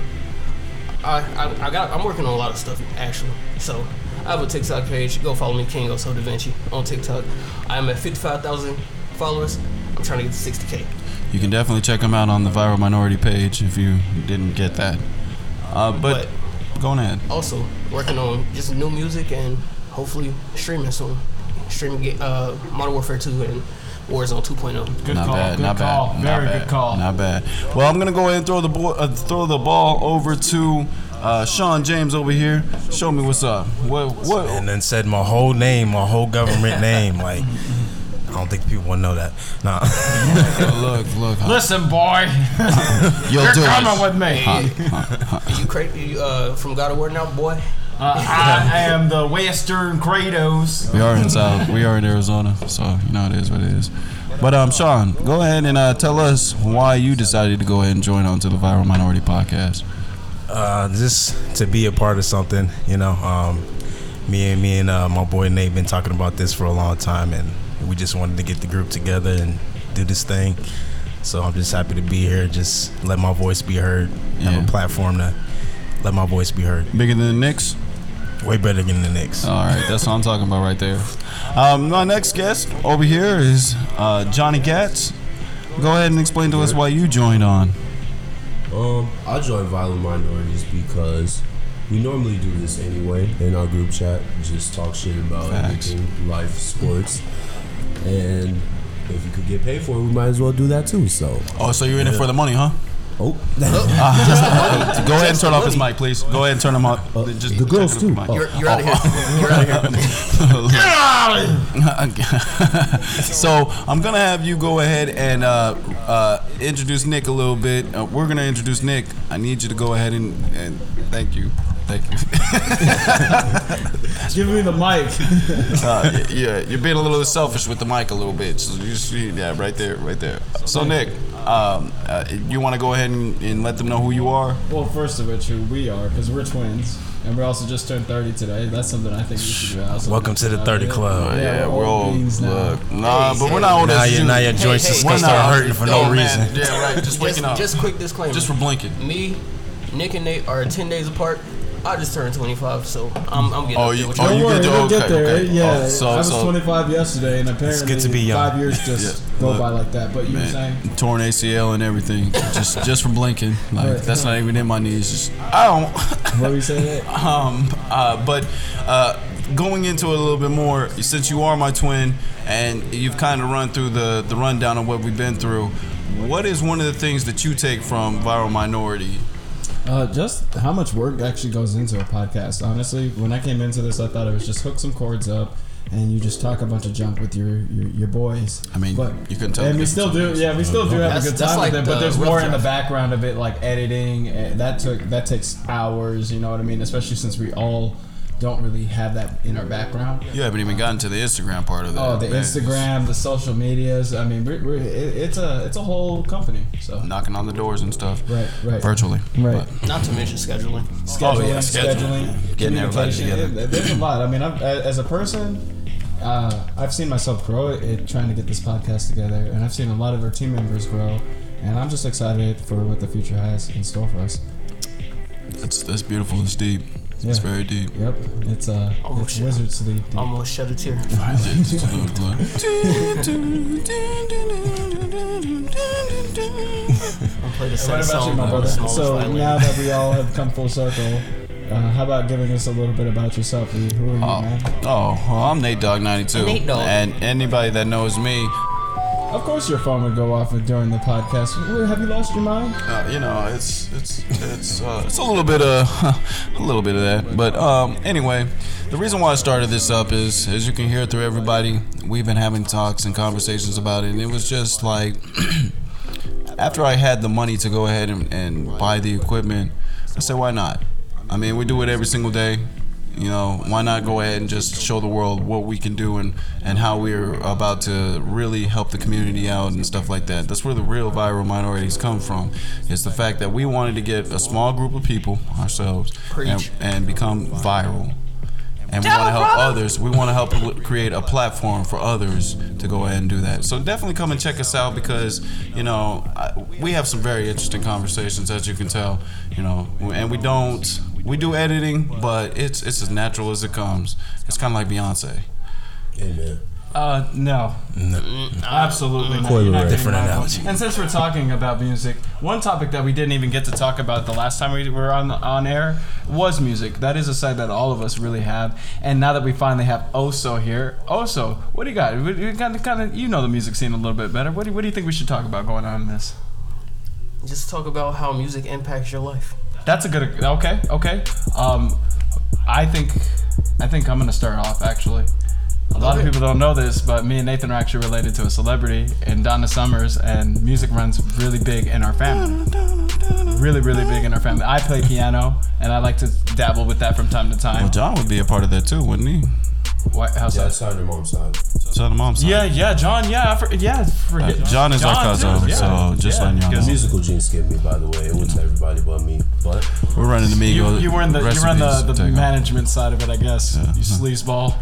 G: I, I I got I'm working on a lot of stuff actually. So I have a TikTok page. Go follow me, King So Da Vinci on TikTok. I'm at 55,000 followers. I'm trying to get to 60k.
A: You can definitely check them out on the viral minority page if you didn't get that. Uh, but, go on ahead.
G: Also working on just new music and hopefully streaming soon. Streaming ga- uh, Modern Warfare 2 and Warzone oh. 2.0.
F: Good
A: not
F: call.
A: bad,
F: good
A: not
F: call.
A: bad,
F: Very
A: not bad,
F: good call.
A: Not bad. Well, I'm gonna go ahead and throw the bo- uh, throw the ball over to uh, Sean James over here. Show me what's up. What what?
D: and then said my whole name, my whole
G: [LAUGHS]
D: government name. Like, I don't think people want to know that. Nah. [LAUGHS]
A: Look look. huh,
F: Listen,
A: [LAUGHS]
F: boy,
A: You'll
F: you're
A: do
F: coming
A: it.
F: with me.
G: You crazy? You, uh, from God of War now, boy.
F: Uh, I am the Western Kratos.
A: We are in South. We are in Arizona, so you know it is what it is. But um, Sean, go ahead and uh, tell us why you decided to go ahead and join onto the Viral Minority Podcast.
D: uh, just to be a part of something, you know. Um, me and me and uh, my boy Nate been talking about this for a long time, and we just wanted to get the group together and do this thing. So I'm just happy to be here. Just let my voice be heard.
A: Yeah.
D: Have a platform to let my voice be heard.
A: Bigger than the Knicks.
D: Way better than the Knicks.
G: Oh.
A: All right, that's what I'm talking about right there. Um, my next guest over here is uh, Johnny Gatz. Go ahead and explain to us why you joined on.
E: Um, I joined Violent Minorities because we normally do this anyway in our group chat. Just talk shit about
A: Facts.
E: everything, life, sports, and if you could get paid for it, we might as well do that too. So,
A: Oh, so you're in it for the money, huh? [LAUGHS]
E: oh,
A: Go ahead and turn off his mic, please. Go ahead and turn him off. Just
E: Uh, the girls
A: turn
E: too.
A: off the mic.
E: Oh,
G: You're, you're out of here. [LAUGHS] You're out
A: [LAUGHS]
G: of here.
A: so I'm gonna have you go ahead and uh, uh, introduce Nick a little bit. Uh, we're gonna introduce Nick. I need you to go ahead and, and thank you, thank you.
B: Give me the mic.
A: Uh, y- yeah, you're being a little selfish with the mic a little bit. So you see, yeah, right there, right there. So Nick, um, uh, you want to go ahead and, and let them know who you are?
B: Well, first of which, who we are, because we're twins, and we also just turned 30 today. That's something I think we should do. I also
D: Welcome
B: think
D: to the
B: about
D: 30
B: it.
D: Club.
B: Yeah, we're old beans now.
A: look, nah, but we're not old
D: Now,
A: as
D: your,
A: you.
D: now your joints
G: hey,
D: is gonna
G: hey,
D: start
A: nah,
D: hurting for no
A: oh, man,
D: reason.
A: Yeah, right. Just waking
G: [LAUGHS] Just,
A: up.
G: just quick disclaimer.
A: just for blinking.
G: me, Nick and Nate are 10 days apart. I just turned 25, so I'm, I'm getting
A: Oh,
G: up
A: you-
G: there with
A: oh,
G: y'all.
B: Don't
A: you
B: worry,
A: get to-
B: we'll get
A: okay,
B: there.
A: okay.
B: Yeah,
A: Oh, so-
B: I was
A: so-
B: 25 yesterday, and apparently
D: to be young.
B: five years just
A: Yeah,
B: go
A: look.
B: by like that. But you were saying,
A: Man, torn ACL and everything, just just for blinking. Like
B: Right.
A: that's not even in my knees. Just I don't. [LAUGHS]
B: what were you saying?
A: Um, uh, but uh, going into it a little bit more, since you are my twin and you've kind of run through the, the rundown of what we've been through, what is one of the things that you take from Viral Minority?
B: Uh, just how much work actually goes into a podcast. Honestly, when I came into this, I thought it was just hook some chords up and you just talk a bunch of junk with your your, your boys.
A: I mean,
B: but
A: you couldn't tell
B: And
A: the
B: we still do, yeah, we still do have a
G: That's-
B: good
G: that's
B: time
G: like
B: with it. But
G: the
B: there's
G: rough
B: more in the
G: draft.
B: background of it, like editing. And that took that takes hours. You know what I mean? Especially since we all don't really have that in our background.
A: You haven't even gotten to the Instagram part of that.
B: Oh, the
A: man.
B: Instagram, the social medias. I mean, we're, we're, it, it's a it's a whole company. So
A: Knocking on the doors and stuff.
B: right, right,
A: Virtually.
B: right.
G: Not to mention scheduling.
B: scheduling,
A: Oh, yeah, scheduling.
B: scheduling,
A: Getting everybody
B: communication.
A: together.
B: Yeah, there's a lot. I mean, I'm, a- as a person, uh, I've seen myself grow at trying to get this podcast together, and I've seen a lot of our team members grow, and I'm just excited for what the future has in store for us.
A: That's, that's beautiful. It's deep. It's
B: Yeah.
A: very deep.
B: Yep, it's uh,
G: Oh,
B: it's
G: shit.
B: wizard sleep. Uh, dude.
G: Almost shed a tear.
A: [LAUGHS]
B: [LAUGHS]
G: I'm playing the
B: What
G: same
B: about you,
G: song.
B: my
G: but
B: brother?
G: it's smaller
B: So
G: violin.
B: now that we all have come full circle, uh, how about giving us a little bit about yourself? Lee? Who are you, man?
A: Oh, well, I'm Nate Dog 92.
G: Nate Dogg.
A: And anybody that knows me,
B: Of course, your phone would go off during the podcast. Wh- Have you lost your mind?
A: Uh, you know, it's it's it's uh, it's a little bit of [LAUGHS] a little bit of that. But um, anyway, the reason why I started this up is, as you can hear through everybody, we've been having talks and conversations about it, and it was just like [CLEARS THROAT] after I had the money to go ahead and, and buy the equipment, I said, why not? I mean, we do it every single day. You know, why not go ahead and just show the world what we can do and, and how we're about to really help the community out and stuff like that? That's where the real viral minorities come from. It's the fact that we wanted to get a small group of people ourselves and,
G: Preach.
A: and become viral. And we want to help others. We want to help l- create a platform for others to go ahead and do that. So definitely come and check us out because you know I, we have some very interesting conversations, as you can tell. You know, and we don't we do editing, but it's it's as natural as it comes. It's kind of like Beyonce.
E: Amen.
F: Uh, no. Mm, Absolutely not.
D: Quite a
F: You're not
D: different
F: getting my vote.
D: analogy.
F: And since we're talking about music, one topic that we didn't even get to talk about the last time we were on on air was music. That is a side that all of us really have. And now that we finally have Oso here, Oso, what do you got? What- You kind of, kind of, you know the music scene a little bit better. What do, what do you think we should talk about going on in this?
G: Just talk about how music impacts your life.
F: That's a good. Okay, okay. Um, I think, I think I'm gonna start off actually. A lot of people don't know this, but me and Nathan are actually related to a celebrity and Donna Summers, and music runs really big in our family. Really, really big in our family. I play piano, and I like to dabble with that from time to
A: Well,
F: time.
A: John would be a part of that too, wouldn't he?
F: What, how's
E: Yeah,
F: that?
E: that's on your mom's side.
A: It's on the mom's side.
F: Yeah, yeah, John. Yeah, I for, yeah. I
A: Uh,
F: Forget
A: John is our
F: John,
A: cousin,
F: too, yeah.
A: so just letting y'all
E: The
A: know.
E: musical gene skipped me, by the way. It went to everybody but me. But
A: We're running the
F: You,
A: Migos.
F: you were in the you
A: rest
F: were in
A: in peace,
F: the, the
A: Tego.
F: management side of it, I guess. You sleazeball.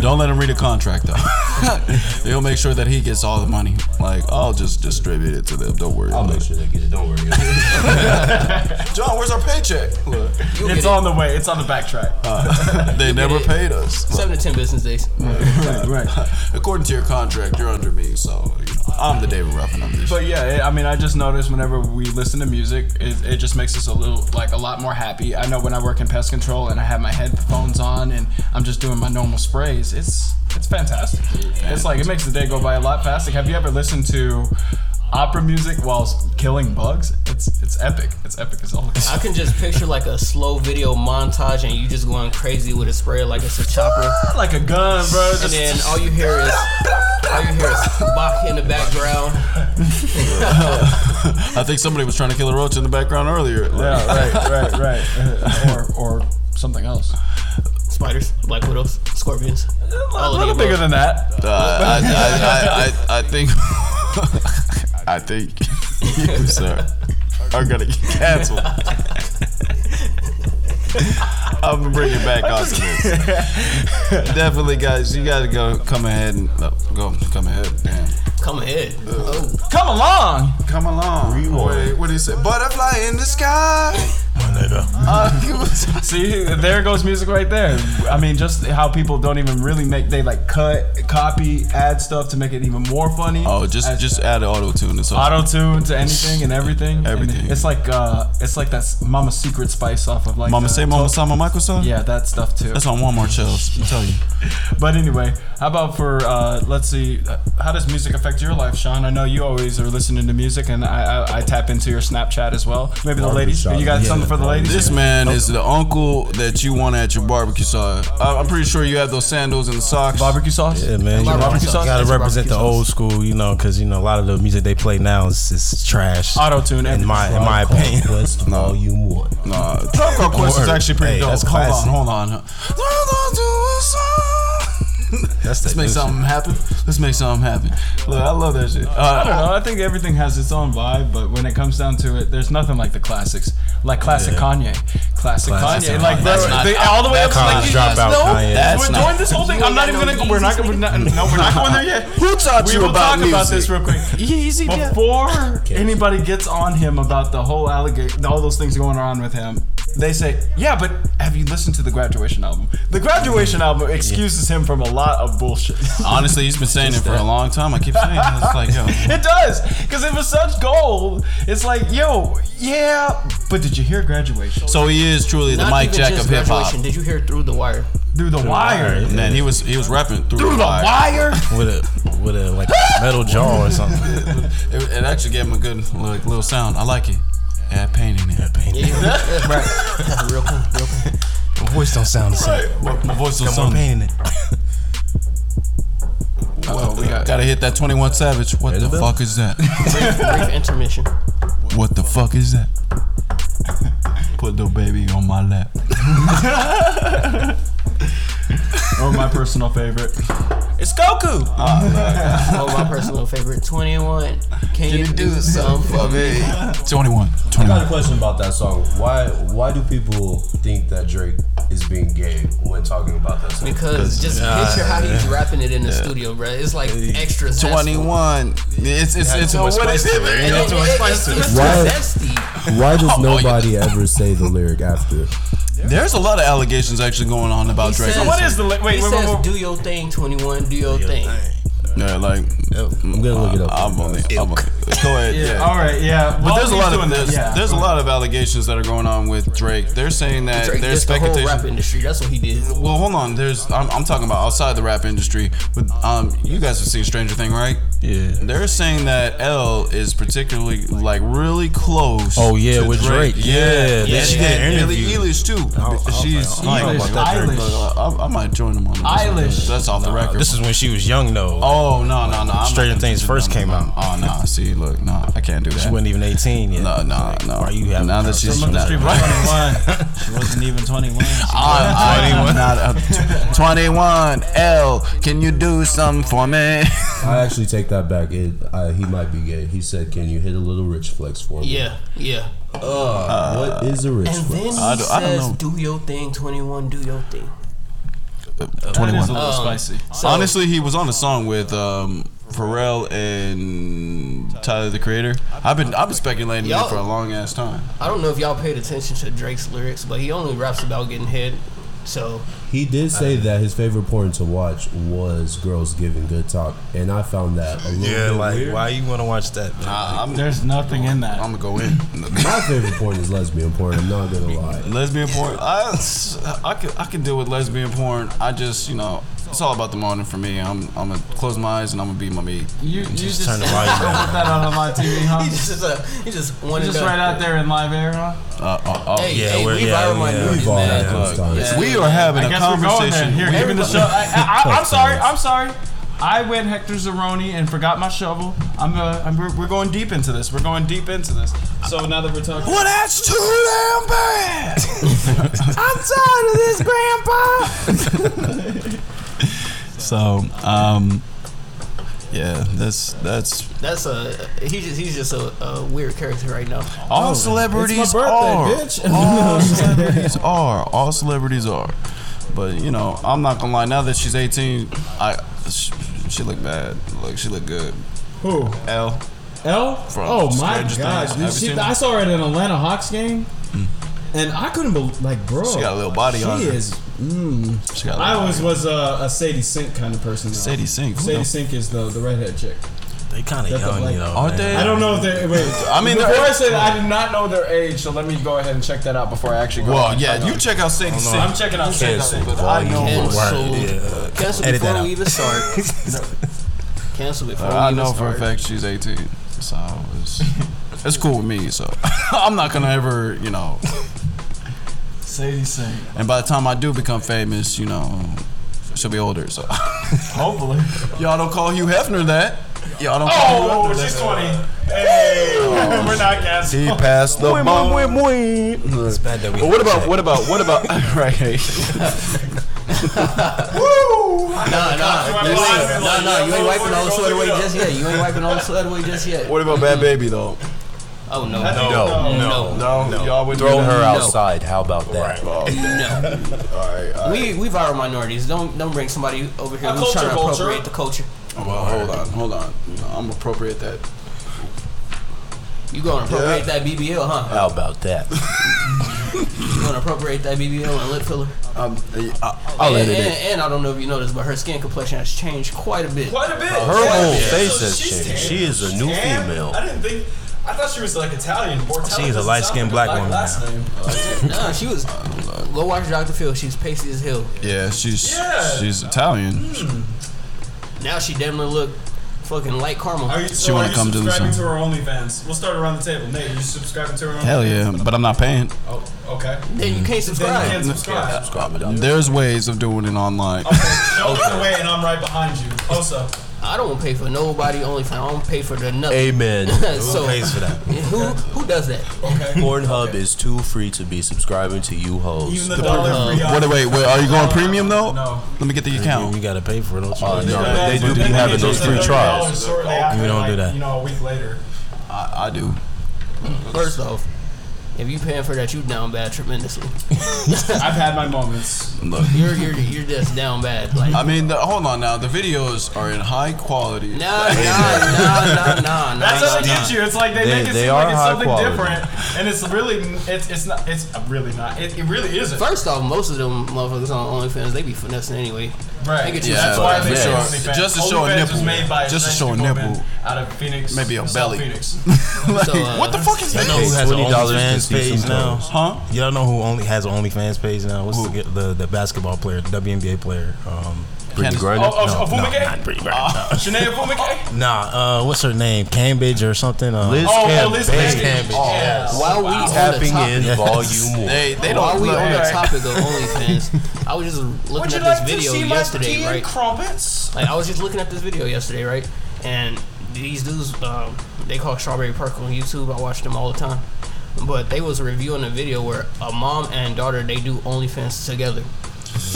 A: Don't let him read a contract though. He'll make sure that he gets all the money. Like I'll just distribute it to them. Don't worry.
E: I'll
A: about
E: make sure they get it. Don't worry.
A: [LAUGHS] it. John, where's our paycheck? Look,
F: It's on the way. It's on the
A: [LAUGHS]
F: backtrack.
A: they never paid us.
G: Seven to ten business days.
F: right, right.
A: According to your contract, you're under me, so you know, I'm the David Ruffin of this.
F: But yeah, it, I mean, I just noticed whenever we listen to music, it, it just makes us a little, like, a lot more happy. I know when I work in pest control and I have my headphones on and I'm just doing my normal sprays, it's it's fantastic. It's like it makes the day go by a lot faster. Have you ever listened to opera music whilst killing bugs? It's it's epic. It's epic as all.
G: I can just picture like a slow video montage and you just going crazy with a sprayer like it's a chopper.
F: Like a gun, bro. [LAUGHS] Just-
G: And then all you hear is all you hear is Bach in the background.
A: I think somebody was trying to kill a roach in the background earlier.
F: yeah, Oh, right, right, right. or, or something else.
G: Spiders, black widows, scorpions.
F: A
G: All of
F: little
G: the
F: bigger than
G: above.
F: that.
A: Uh, I, I, I, I, I think. [LAUGHS] I think [LAUGHS] you, sir, are gonna get canceled. I'm gonna bring it back onto this. Definitely, guys, you gotta go. Come ahead and uh, go. Come ahead. Man.
G: Come ahead. Oh,
F: Come along.
A: Come along. Wait, what do you say? Butterfly in the sky. Uh,
F: See, there goes music right there. I mean, just how people don't even really make they like cut, copy, add stuff to make it even more funny.
A: [LAUGHS] oh, just just add auto tune. It's all.
F: auto tune to anything and everything. And
A: Everything.
F: it's like uh, it's like that's Mama's secret spice off of like.
A: Mama
F: the-
A: say, Mama Sama, Michael Son.
F: Yeah, that stuff too.
A: That's on Walmart shelves. I tell you.
F: But anyway, how about for uh, let's see, uh, how does music affect your life, Sean? I know you always are listening to music, and I I, I tap into your Snapchat as well. Maybe the ladies. You got something for the ladies?
A: This man is the uncle that you want at your barbecue sauce. I- I'm pretty sure you have those sandals and socks.
F: barbecue sauce.
D: Yeah, man. You
G: Barbecue
D: know,
G: sauce.
D: gotta
G: That's
D: represent the
G: barbecue
D: old school, you know, because you know a lot of the music they play now is, is trash.
F: Auto tune
D: in my in my opinion. [LAUGHS]
E: Quest all you want.
A: Nah, Tribe Called Quest is
D: Word.
A: actually pretty
D: Hey,
A: dope.
D: that's classy.
A: hold on, hold on.
D: That's
A: [LAUGHS] Let's
D: that
A: make
D: new
A: something happen. Let's make something happen. Look, I love that shit.
F: I don't
A: Uh,
F: know. I think everything has its own vibe, but when it comes down to it, there's nothing like the classics, like classic Kanye, classic
D: Classic
F: Kanye,
D: Kanye.
F: like
A: That's
F: they-
A: not-
F: they- all the way up to like
D: College
F: you
D: dropout
F: know,
D: Kanye.
A: That's
F: we're
A: not-
F: doing this whole thing. I'm not even gonna. We're not gonna. We're not, no, we're not going there yet.
A: [LAUGHS] who taught
F: We
A: you
F: will
A: about
F: talk about
A: music?
F: this real quick.
A: Yeezy, [LAUGHS] yeah.
F: Before anybody gets on him about the whole alligator, all those things going on with him, they say, "Yeah, but have you listened to the graduation album? The graduation album excuses him from a lot of bullshit." [LAUGHS]
A: Honestly, he's been saying it for a long time. I keep saying it. It's like, yo,
F: It does, because it was such gold. It's like, yo, yeah, but did you hear graduation?
A: so he is truly the
G: not
A: Mike
G: even
A: Jack
G: just
A: of hip hop.
G: graduation. Did you hear through the wire?
F: Through the wire.
A: Man, he was he was rapping through,
F: Through the wire.
D: with a with a like metal jaw or something.
A: It, it actually gave him a good like, little sound. I like it. Add pain in it. Add pain.
G: right. Real cool. Real cool.
D: My voice don't sound the same.
A: My, my voice was
D: Got more
A: something.
D: pain in it.
H: Well, we got
A: Gotta hit that 21 Savage. What the
E: Isabel?
A: fuck is that?
G: Brief intermission.
A: What the fuck is that? Put the baby on my lap.
B: or my personal favorite.
A: It's Goku.
G: Oh, my personal favorite, 21. Can, you do something for me?
A: 21.
E: I got a
A: 21.
E: question about that song. Why why do people think that Drake is being gay when talking about that song?
G: Because just picture how he's rapping it in the studio, bro. It's like extra zesty.
A: 21. It's it's it's
E: too much
A: what is
E: spice to
A: it?
E: it.
A: man?
G: And it-
A: It's too much
G: it-
A: spice
G: it's,
A: to it.
G: it's
H: Why-
G: too zesty.
H: [LAUGHS] Why does
A: Oh, yeah.
H: nobody ever say the lyric after?
A: [LAUGHS] There's a lot of allegations actually going on about Drake.
G: says-
A: What is
F: the li- wait,
G: He
F: wait, wait,
G: says,
F: wait.
G: "Do your thing, 21. Do your thing."
A: Yeah, like
H: I'm gonna look it up.
A: I'm on it. I'm on it. Go ahead. Yeah.
F: All right, yeah.
A: But there's a lot of
F: doing
A: there's,
F: this. Yeah.
A: [LAUGHS] there's a lot of allegations that are going on with Drake. They're saying that
G: Drake
A: there's
G: dissed the whole rap
A: speculation.
G: industry. That's what he did.
A: Well, hold on. There's I'm, I'm talking about outside the rap industry. With um, you guys have seen Stranger Thing, right?
D: Yeah.
A: They're saying that L is particularly like really close.
D: Oh, yeah,
A: to
D: with Drake. Yeah,
A: yeah.
D: then she
A: and-
D: did an
A: and Billie
D: interview.
A: Eilish too. She's
D: I don't know about that
A: Eilish.
D: Drake.
A: Eilish. I, I might join them on that.
F: Eilish.
A: That's off the record.
D: This is when she was young though.
A: Oh no no no! I'm
D: Stranger
A: not-
D: Things first
A: no, no,
D: came
A: no.
D: out.
A: Oh no! See, look, no, I can't do that.
D: She wasn't even 18 yet.
A: no, no, no.
D: Why you having
A: now that she's
B: Some of the
A: not,
B: street was 21.
A: [LAUGHS]
B: She wasn't even 21.
A: I'm, I'm 21. not a, 21 L. Can you do something for me? [LAUGHS]
E: I actually take that back. It, I, he might be gay. He said, "Can you hit a little rich flex for me?"
G: Yeah, yeah.
E: what is a rich
G: And then he
E: flex?
A: I
G: says,
A: don't- I don't know.
G: "Do your thing, 21. Do your thing."
B: That is a
A: 21.
B: little
G: Um,
B: spicy.
G: So,
A: Honestly, he was on a song with um, Pharrell and Tyler the Creator. I've been I've been speculating
G: Y'all-
A: it for a long ass time.
G: I don't know if y'all paid attention to Drake's lyrics, but he only raps about getting hit. So
H: He did
E: Say that his favorite porn to watch was girls giving good talk, and I found that a little
D: Yeah,
E: bit
D: like
E: weird.
D: why you want to watch that? Man?
A: I, I'm
B: There's nothing in that.
A: I'm gonna go in. [LAUGHS]
E: My favorite porn is lesbian porn. I'm not gonna lie.
A: lesbian porn. I, I can I can deal with lesbian porn. I just you know it's all about the morning for me. I'm I'm gonna close my eyes and I'm gonna be my meat.
F: You, you just,
D: turn
F: [LAUGHS]
D: the
F: put
D: volume down.
F: that on live
A: [LAUGHS]
F: TV,
G: he
F: huh?
G: just is a, he just wanted
F: Just right out there in live air, huh?
A: Uh, uh, uh,
G: Hey,
D: Yeah,
G: hey,
D: we're-
G: we
D: yeah, Oh,
G: viral
D: yeah,
G: minorities,
E: We've all had
G: man.
E: those times.
G: Yeah.
A: We are having
F: I
A: a
F: guess we're going there.
A: conversation.
F: Here,
A: We-
F: give me the shovel.
A: [LAUGHS]
F: I, I, am sorry. I'm sorry. I went Hector Zeroni and forgot my shovel. I'm, uh, I'm we're, we're going deep into this. We're going deep into this. So now that we're talking,
A: Well, that's too damn bad. I'm tired of this, Grandpa. so, um, yeah, that's that's
G: That's a he just he's just a, a weird character right now.
A: all celebrities
H: it's my birthday,
A: are.
H: bitch.
A: All celebrities are. All celebrities are. But you know, I'm not gonna lie. Now that she's 18, I she, she look bad. Look, she look good.
B: Who?
A: L.
B: L?
A: From
B: oh my
A: Stranger Things.
B: god, dude,
A: Have you
B: she,
A: seen
B: I
A: it?
B: saw her at an Atlanta Hawks game, and I couldn't believe, like, bro,
A: She got a little body
B: she
A: on her.
B: is. Mm.
A: She got. a
B: I
A: little-
B: always was uh, a Sadie Sink kind of person. Though.
A: Sadie Sink. Who
B: Sadie
A: knows?
B: Sink is the the redhead chick.
D: They kind
B: the
D: of young,
B: black-
D: you know.
A: Aren't
D: man.
A: they?
B: I don't know if they. Wait,
A: I mean,
F: before
A: they're-
F: I say that, I do not know their age, so let me go ahead and check that out before I actually go.
A: Well,
F: on.
A: yeah, you check out Sadie Sink.
F: I'm checking out
D: Can't
F: Santa.
D: say
A: but I know
D: volume,
A: for-
G: Cancelled.
D: yeah.
G: Cancel
D: Edit that
G: before
D: out.
G: we
D: [LAUGHS]
G: even start. Cancel before we
A: I
G: even
A: know for
G: start.
A: a fact she's 18, so [LAUGHS] it's, it's cool with me. So [LAUGHS] I'm not gonna ever, you know.
F: Sadie Sink.
A: And by the time I do become famous, you know, she'll be older. So [LAUGHS]
F: Hopefully.
A: y'all don't call Hugh Hefner that. Y'all don't call Hugh
F: Oh,
A: Hefner
F: she's
A: that.
F: 20. Hey, we're not
A: He
F: canceled.
A: passed the ball.
D: It's bad that we.
A: But what about what about what about [LAUGHS] right?
G: Nah, nah,
F: That's
G: you
F: why I'm
G: ain't- nah,
F: like,
G: nah, you
F: yo,
G: ain't wiping all the
F: go
G: sweat
F: look
G: away
F: it up.
G: just yet. You ain't wiping all the sweat away just yet.
A: What about Bad Baby though?
G: Oh no,
E: No,
G: no,
A: No, y'all would
E: Throw her
G: No.
E: outside. How about that?
G: no.
A: All right, all right.
G: We we viral minorities. Don't don't bring somebody over here
F: A
G: who's trying
F: culture
G: to
F: vulture.
G: appropriate the culture.
A: Well, hold on, hold on. You know, I'm appropriate that.
G: You gonna appropriate that BBL, huh?
E: How about that?
G: You gonna appropriate that BBL and lip filler?
A: Um, I,
G: and,
A: I'll edit
G: and,
A: it.
G: and I don't know if you noticed, but her skin complexion has changed quite a bit.
F: Quite a bit.
E: Her whole
F: Yeah.
E: face
F: So
E: has
F: she's
E: changed.
F: tan.
E: She is a new
F: She's tan?
E: female.
F: I didn't think. I thought she was like Italian. Bortella
D: She's a
F: doesn't
D: light-skinned
F: sound like
D: black
F: a
D: woman
F: Last
D: now.
F: name.
G: Nah, she was. Go watch Dr. Phil. She's pasty as hell.
A: Yeah, she's
F: Yeah.
A: she's Italian.
G: Now she damn near look fucking light caramel.
F: Are you,
A: She
F: so
A: wanna
F: are you
A: come to the
F: subscribing to,
A: song.
F: her OnlyFans? We'll start around the table. Nate, are you subscribing to her OnlyFans?
A: Hell yeah, but I'm not paying.
F: Oh, okay.
G: Then you can't
F: Then you
G: subscribe.
F: can subscribe.
E: Subscribe it up.
A: There's ways of doing it online.
F: Okay, show me the way and I'm right behind you. Also,
G: I don't pay for nobody OnlyFans. I don't pay for the nothing.
E: Amen.
G: so
D: Pays for that.
G: who who does that?
E: Pornhub is too free to be subscribing to you hoes.
F: Even the dollar free.
A: Wait, wait, wait. Are you going premium though?
F: No.
A: Let me get the account.
D: You gotta pay for it. Don't you?
E: Oh, no, but they do
A: But
E: be
A: they
E: having
A: do
E: those
A: the
E: free
A: $30
E: trials.
D: We
F: We
D: don't do that.
F: You know, a week later.
A: I, I do.
G: First off, if you paying for that, you down bad tremendously.
F: [LAUGHS] I've had my moments.
A: Look,
G: You're you're you're just down bad. Like
A: I
G: nah
A: mean, the, hold on now. The videos are in high quality.
G: nah nah nah nah nah.
F: That's
G: nah,
F: what I teach you. It's like they,
E: They-
F: make it
E: they
F: seem
E: are
F: like it's
E: high
F: something
E: quality.
F: different, and it's really, it's it's not, it's really not. It, it really isn't.
G: First off, most of them motherfuckers on OnlyFans, they be
F: [LAUGHS]
G: finessing anyway.
F: Right.
G: They get you
A: Yeah,
F: That's
G: some
F: why
A: but-
G: fucking
F: they
A: yeah.
F: show
G: bitch.
A: Sure. Just to show a nipple. Just to show a nipple.
F: Out of Phoenix.
A: Maybe a
F: South
A: belly.
F: Phoenix.
A: Like,
G: So, uh,
A: what the fuck is
D: You know
A: this?
D: who has an
E: $20
D: OnlyFans
E: to see
D: page
E: some
D: now?
E: clothes.
A: Huh?
D: Y'all know who only has an OnlyFans page now? What's
A: Who?
D: the, the the basketball player, WNBA player? Um,
E: Brittany
A: Candace-
E: Griner?
F: Oh, oh, oh,
D: no,
F: Fumigay?
D: not Brittany Griner.
F: Shania Fumigay?
D: Nah, uh, what's her name? Cambridge or something? Uh,
E: Liz
F: Oh,
E: Cam-
F: oh, Liz
E: Liz
F: Cambage.
E: Cambage.
F: Oh,
E: yes.
G: While we on the
E: Tapping
G: topic,
E: in
D: Yes.
E: volume one.
A: They they
G: while
A: don't.
G: Oh, we
A: look-
G: on the
A: Hey. [LAUGHS]
G: topic of OnlyFans, I was just looking at this video yesterday, right?
F: crumpets?
G: Like I was just looking at this video yesterday, right? And these dudes, um, they call Strawberry Perk on YouTube. I watch them all the time. But they was reviewing a video where a mom and daughter they do OnlyFans together.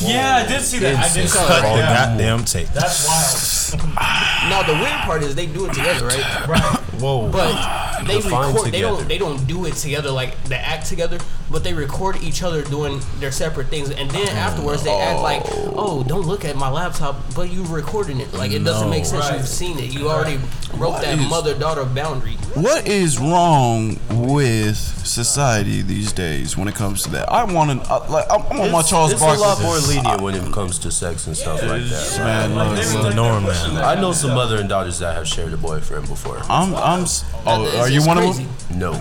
F: Yeah, I did see that. I did
G: It's
F: see
G: cut
F: that.
D: Oh,
F: yeah.
D: goddamn tape.
F: That's
G: Now the weird part is they do it together,
F: wild.
G: right?
F: Right.
D: Whoa.
G: But they
E: Defined
G: record. They
E: together.
G: don't. They don't do it together like they act together. But they record each other doing their separate things, and
A: Mm,
G: then afterwards they act like, "Oh, don't look at my laptop," but you recording it. Like it doesn't make sense.
F: Right.
G: You've seen it. You already broke
A: What
G: that
A: is-
G: mother-daughter boundary.
A: What is wrong with society these days when it comes to that? I want to. Uh, like, I'm, I'm on my
E: It's-
A: Charles
E: it's a lot more
A: Barkley.
E: lenient when it comes to sex and stuff like that.
A: Man, look,
D: This is the norm now.
E: I know some mother and daughters that have shared a boyfriend before.
A: I'm. I'm. s-
G: It's
A: Oh, are you
G: just
A: one of
G: crazy.
A: them?
E: No.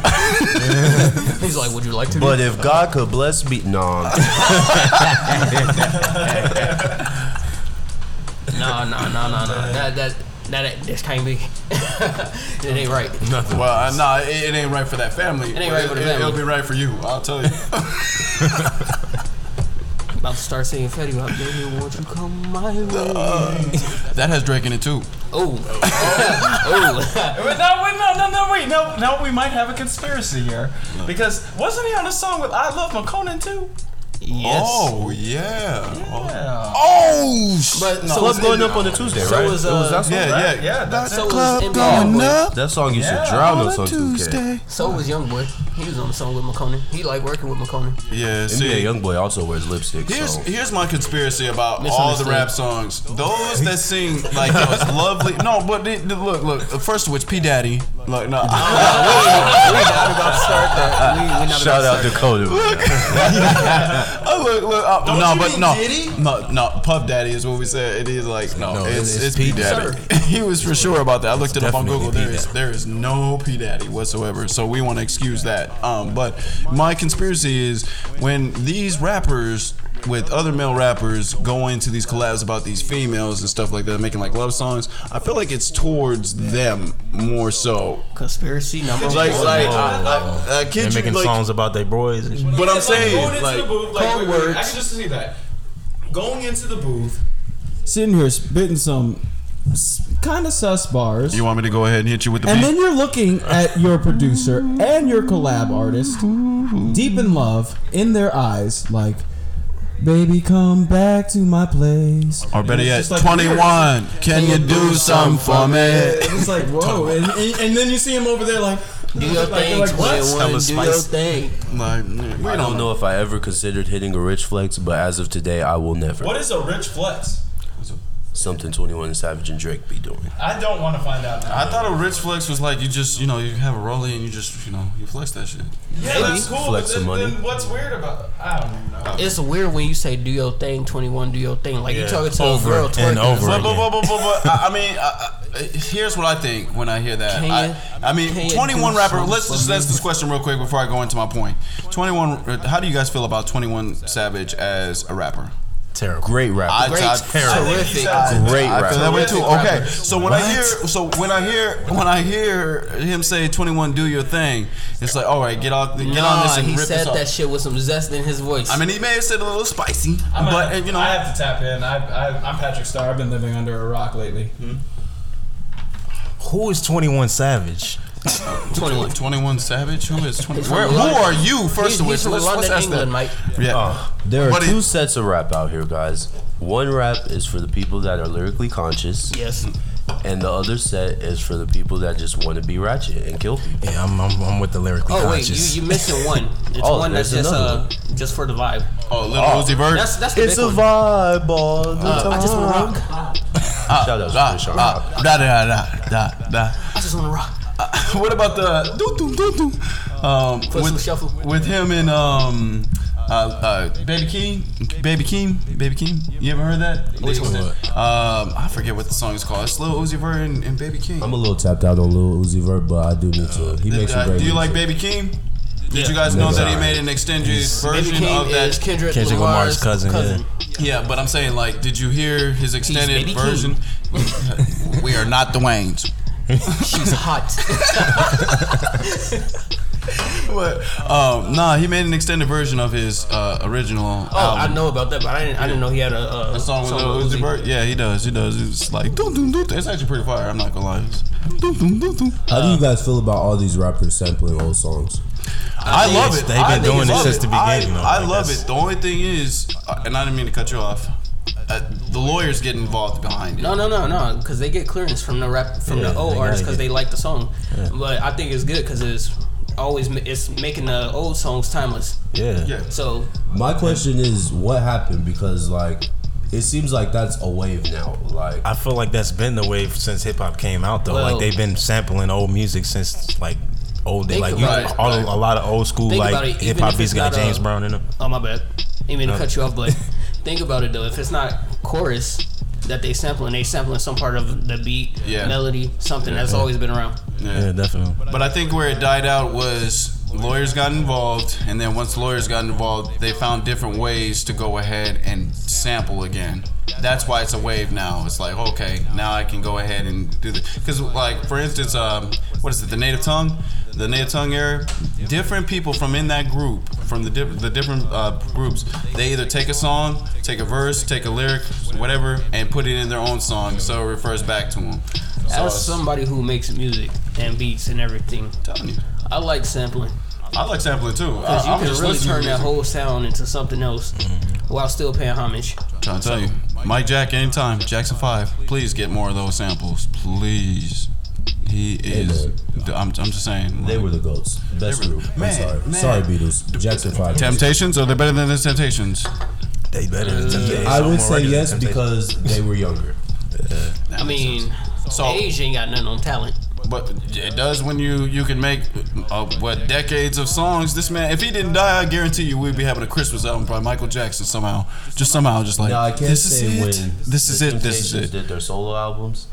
G: He's like, "Would you like to?"
E: But if God could bless me, no.
G: no, no, no, no,
A: [LAUGHS]
G: no. That that that this can't be. [LAUGHS] it ain't right.
A: Well, I, nah, it, it ain't right for that family.
G: It ain't right for the
A: It'll
G: family.
A: be right for you. I'll tell
G: [LAUGHS]
A: you. [LAUGHS]
G: About to start singing Fetty Wap, baby, won't you come my way?
A: that has Drake in it too.
F: [LAUGHS]
G: Oh, oh,
F: Wait, No, wait, no, no, no, wait, no, no. We might have a conspiracy here because wasn't he on a song with "I Love McConan" too?
G: yes.
A: Oh yeah.
F: Yeah.
A: Oh. sh-
G: But so
E: Club
G: was
E: going
G: Eminem.
E: up on a Tuesday,
G: So
E: right?
G: was,
E: It
G: uh,
E: that song,
A: yeah,
E: right?
A: yeah.
F: Yeah, that's
A: That
G: so
A: club
G: is Eminem.
A: going
G: Boy,
A: up
E: That song used
F: Yeah,
E: to drown
A: on
E: us
A: a
E: on 2K.
A: Tuesday.
G: So was YoungBoy. He was on the song with McConan. He liked working with McConan.
A: Yeah.
E: NBA
A: See.
E: YoungBoy also wears lipstick.
A: Here's
E: so.
A: here's my conspiracy about all the
G: Misunderstood.
A: rap songs. Those that sing like those lovely. No, but they, they- look, look. First of which, P Daddy. Like no.
G: we not about to start
E: [LAUGHS]
G: that. We, we not about
E: Shout
G: to
E: out
G: start
E: Dakota.
A: Oh, look, look, uh, no,
F: you
A: but
F: mean
A: no,
F: Diddy?
A: no, no, Puff Daddy is what we said. It is like no, it's, it's, P Daddy. [LAUGHS] he was for sure about that. I looked it up on
D: definitely
A: Google. There
D: P.
A: is there is no P Daddy whatsoever. So we want to excuse that. Um, but my conspiracy is when these rappers with other male rappers go into these collabs about these females and stuff like that, making like love songs. I feel like it's towards them more so.
G: that. Conspiracy number
A: Like,
G: one.
A: like, I,
G: uh,
A: I, I
D: They're
A: kid you,
D: making
A: like,
D: songs about their boys. And shit.
A: but I'm saying,
F: going into
A: like,
F: the booth, like, wait, wait, wait, I
G: words.
F: can just see that. Going into the booth,
B: Sitting here spitting some kind of sus bars.
A: you want me to go ahead and hit you with the
B: And
A: beat?
B: then you're looking at your producer and your collab artist, deep in love, in their eyes, like, baby, come back to my place.
A: Or better yet,
B: just like
A: 21, can you do something for me?
B: And it's like, whoa. And, and, and then you see him over there, like,
G: do your thing,
B: like, what?
G: 21. Do your thing.
A: Like, we
E: I don't know if I ever considered hitting a rich flex, but as of today, I will never.
F: what is a rich flex?
E: Something 21 and Savage and Drake be doing.
F: I don't want to find out. Now.
A: I thought a rich flex was like you just, you know, you have a rollie and you just, you know, you flex that shit.
F: Yeah, that's cool.
E: Flex
F: but
E: some
F: then,
E: money.
F: then what's weird about? I don't even know.
G: It's weird when you say do your thing, 21, do your thing. Like you talking to a girl twerking.
D: and over
A: But,
D: again.
A: but, but, but, but, but I I mean, I, I, here's what I think when I hear that.
G: Can
A: I,
G: you-
A: I mean,
G: can you
A: 21
G: do
A: rapper.
G: something
A: Let's
G: for
A: just
G: me?
A: ask this question real quick before I go into my point. 21. How do you guys feel about 21 Savage as a rapper?
D: Terrible.
E: Great rap.
A: I,
G: Great, terrific.
E: Great
A: I feel that
E: rap.
A: way too. Okay,
G: Rapper.
A: so when I hear, so when I hear, when I hear him say "21, do your thing," it's like, all right, get off, get
G: Nah,
A: on this and
G: he
A: rip
G: said
A: this off.
G: that shit with some zest in his voice.
A: I mean, he may have said a little spicy,
F: I'm
A: but
F: gonna-
A: uh, you know,
F: I have to tap in. I, I, I'm Patrick Starr. I've been living under a rock lately.
D: Who is 21 Savage?
G: 21.
A: 21 Savage? Who is 21? Where, who
G: London.
A: are you,
G: He's,
A: first of
G: he's
A: which?
G: from
A: Let's, let's
G: London,
A: ask
G: England,
A: that.
G: Mike.
A: Yeah.
E: There are
A: But it-
E: two sets of rap out here, guys. One rap is for the people that are lyrically conscious,
G: Yes.
E: and the other set is for the people that just want to be ratchet and kill people.
D: Yeah, I'm, I'm, I'm with the lyrically
G: Oh wait,
D: conscious.
G: you you missing one. It's
E: Oh,
G: one that's
E: there's
G: just
E: another
G: uh just for the vibe.
A: Oh, Little Uzi Vert.
G: That's that's the big one.
E: vibe all the
G: Uh, I just want to rock.
A: Ah,
E: Shout out to
A: ah,
E: Krishan.
A: ah, da, da, da, da, da.
G: I just want to rock.
A: Uh, [LAUGHS] What about the doo doo doo doo? Um,
G: Footstool shuffle.
A: with, with him and um, uh, uh, Baby Keem, Baby Keem, Baby Keem. You ever heard that? Which
H: one?
A: Um, I forget what the song is called. It's Lil Uzi Vert and, and Baby Keem.
H: I'm a little tapped out on Lil Uzi Vert, but I do need to. He makes some
A: Uh,
H: great
A: do you like
H: music.
A: Baby Keem? Did you guys know that he made an extended
G: Baby
A: version
G: King
A: of that?
G: is Kendrick,
D: Kendrick Lamar's
G: Lamar's,
D: cousin,
A: Yeah, but I'm saying like, did you hear his extended
G: Baby Keem.
A: version? [LAUGHS] we are not the Waynes. [LAUGHS]
G: She's hot.
A: But um, nah, he made an extended version of his uh, original
G: [LAUGHS] Oh,
A: album.
G: I know about that, but I didn't I didn't know he had a, uh
A: A song with Lil Uzi Vert? Yeah, he does. He does. It's like doom doom doom. It's actually pretty fire. I'm not gonna lie. It's doom doom doom doom.
D: Uh,
H: How do you guys feel about all these rappers sampling old songs?
A: I love it.
D: They've been
A: I
D: doing
A: think
D: it
A: it's-
D: since the
A: I-
D: beginning, though.
A: I,
D: Like,
A: love
D: that's-
A: it. The only thing is, uh, and I didn't mean to cut you off. Uh, the lawyers get involved behind it.
G: No, no, no, no, because they get clearance from the rap from
D: Yeah,
G: the old
D: they
G: artists
D: gotta
G: because
D: get-
G: they like the song. But I think it's good because it's always ma- it's making the old songs timeless.
D: Yeah.
A: Yeah.
G: So
H: My question is, what happened? Because like, it seems like that's a wave now. Like,
D: I feel like that's been the wave since hip hop came out, though.
G: Well-
D: like they've been sampling old music since like old day.
G: Think
D: Like you,
G: about it.
D: all, a lot of old school
G: Think about
D: like
G: it, even
D: hip hop
G: if
D: beats
G: it's
D: got
G: not a-
D: James Brown in them.
G: oh my bad, I mean to
D: No.
G: cut you
D: [LAUGHS]
G: off, but think about it though. If it's not chorus that they sampling, they sampling some part of the beat,
A: Yeah.
G: melody, something that's always been around.
A: Yeah.
D: definitely.
A: But I think where it died out was lawyers got involved, and then once lawyers got involved, they found different ways to go ahead and sample again. That's why it's a wave now. It's like okay, now I can go ahead and do this. Because like for instance, um, what is it? The native tongue, the native tongue era. Different people from in that group, from the diff- the different uh, groups, they either take a song, take a verse, take a lyric, whatever, and put it in their own song, so it refers back to them. So
G: As somebody who makes music and beats and everything,
A: I'm telling you.
G: I like sampling.
A: I like sampling too. I,
G: Because you
A: Uh, I'm
G: can
A: just
G: really
A: listening to Mm-hmm.
G: turn that
A: music.
G: whole sound into something else while still paying homage.
A: Trying to tell you, Mike Jack, anytime, Jackson Five, please get more of those samples, please. He is. I'm, I'm just saying.
H: they
A: like-
H: were the goats. Best
A: They were-
H: group. I'm
A: Man,
H: sorry.
A: man.
H: Sorry, Beatles. Jackson Five.
A: Temptations? Are they better than the Temptations?
D: They better. Than Temptations.
H: I
D: I'm
H: would
D: more
H: say
D: ready than
H: yes
D: Temptations.
H: because they were younger.
G: I mean,
A: So-
G: age ain't got nothing
A: [LAUGHS]
G: on talent.
A: But it does when you you can make uh, what decades of songs. This man, if he didn't die, I guarantee you we'd be having a Christmas album by Michael Jackson somehow. Just somehow, just like
H: No, I can't
A: this is
H: say
A: it.
H: when
A: This is it.
E: The
A: This is
E: Temptations
A: it.
E: did their solo albums.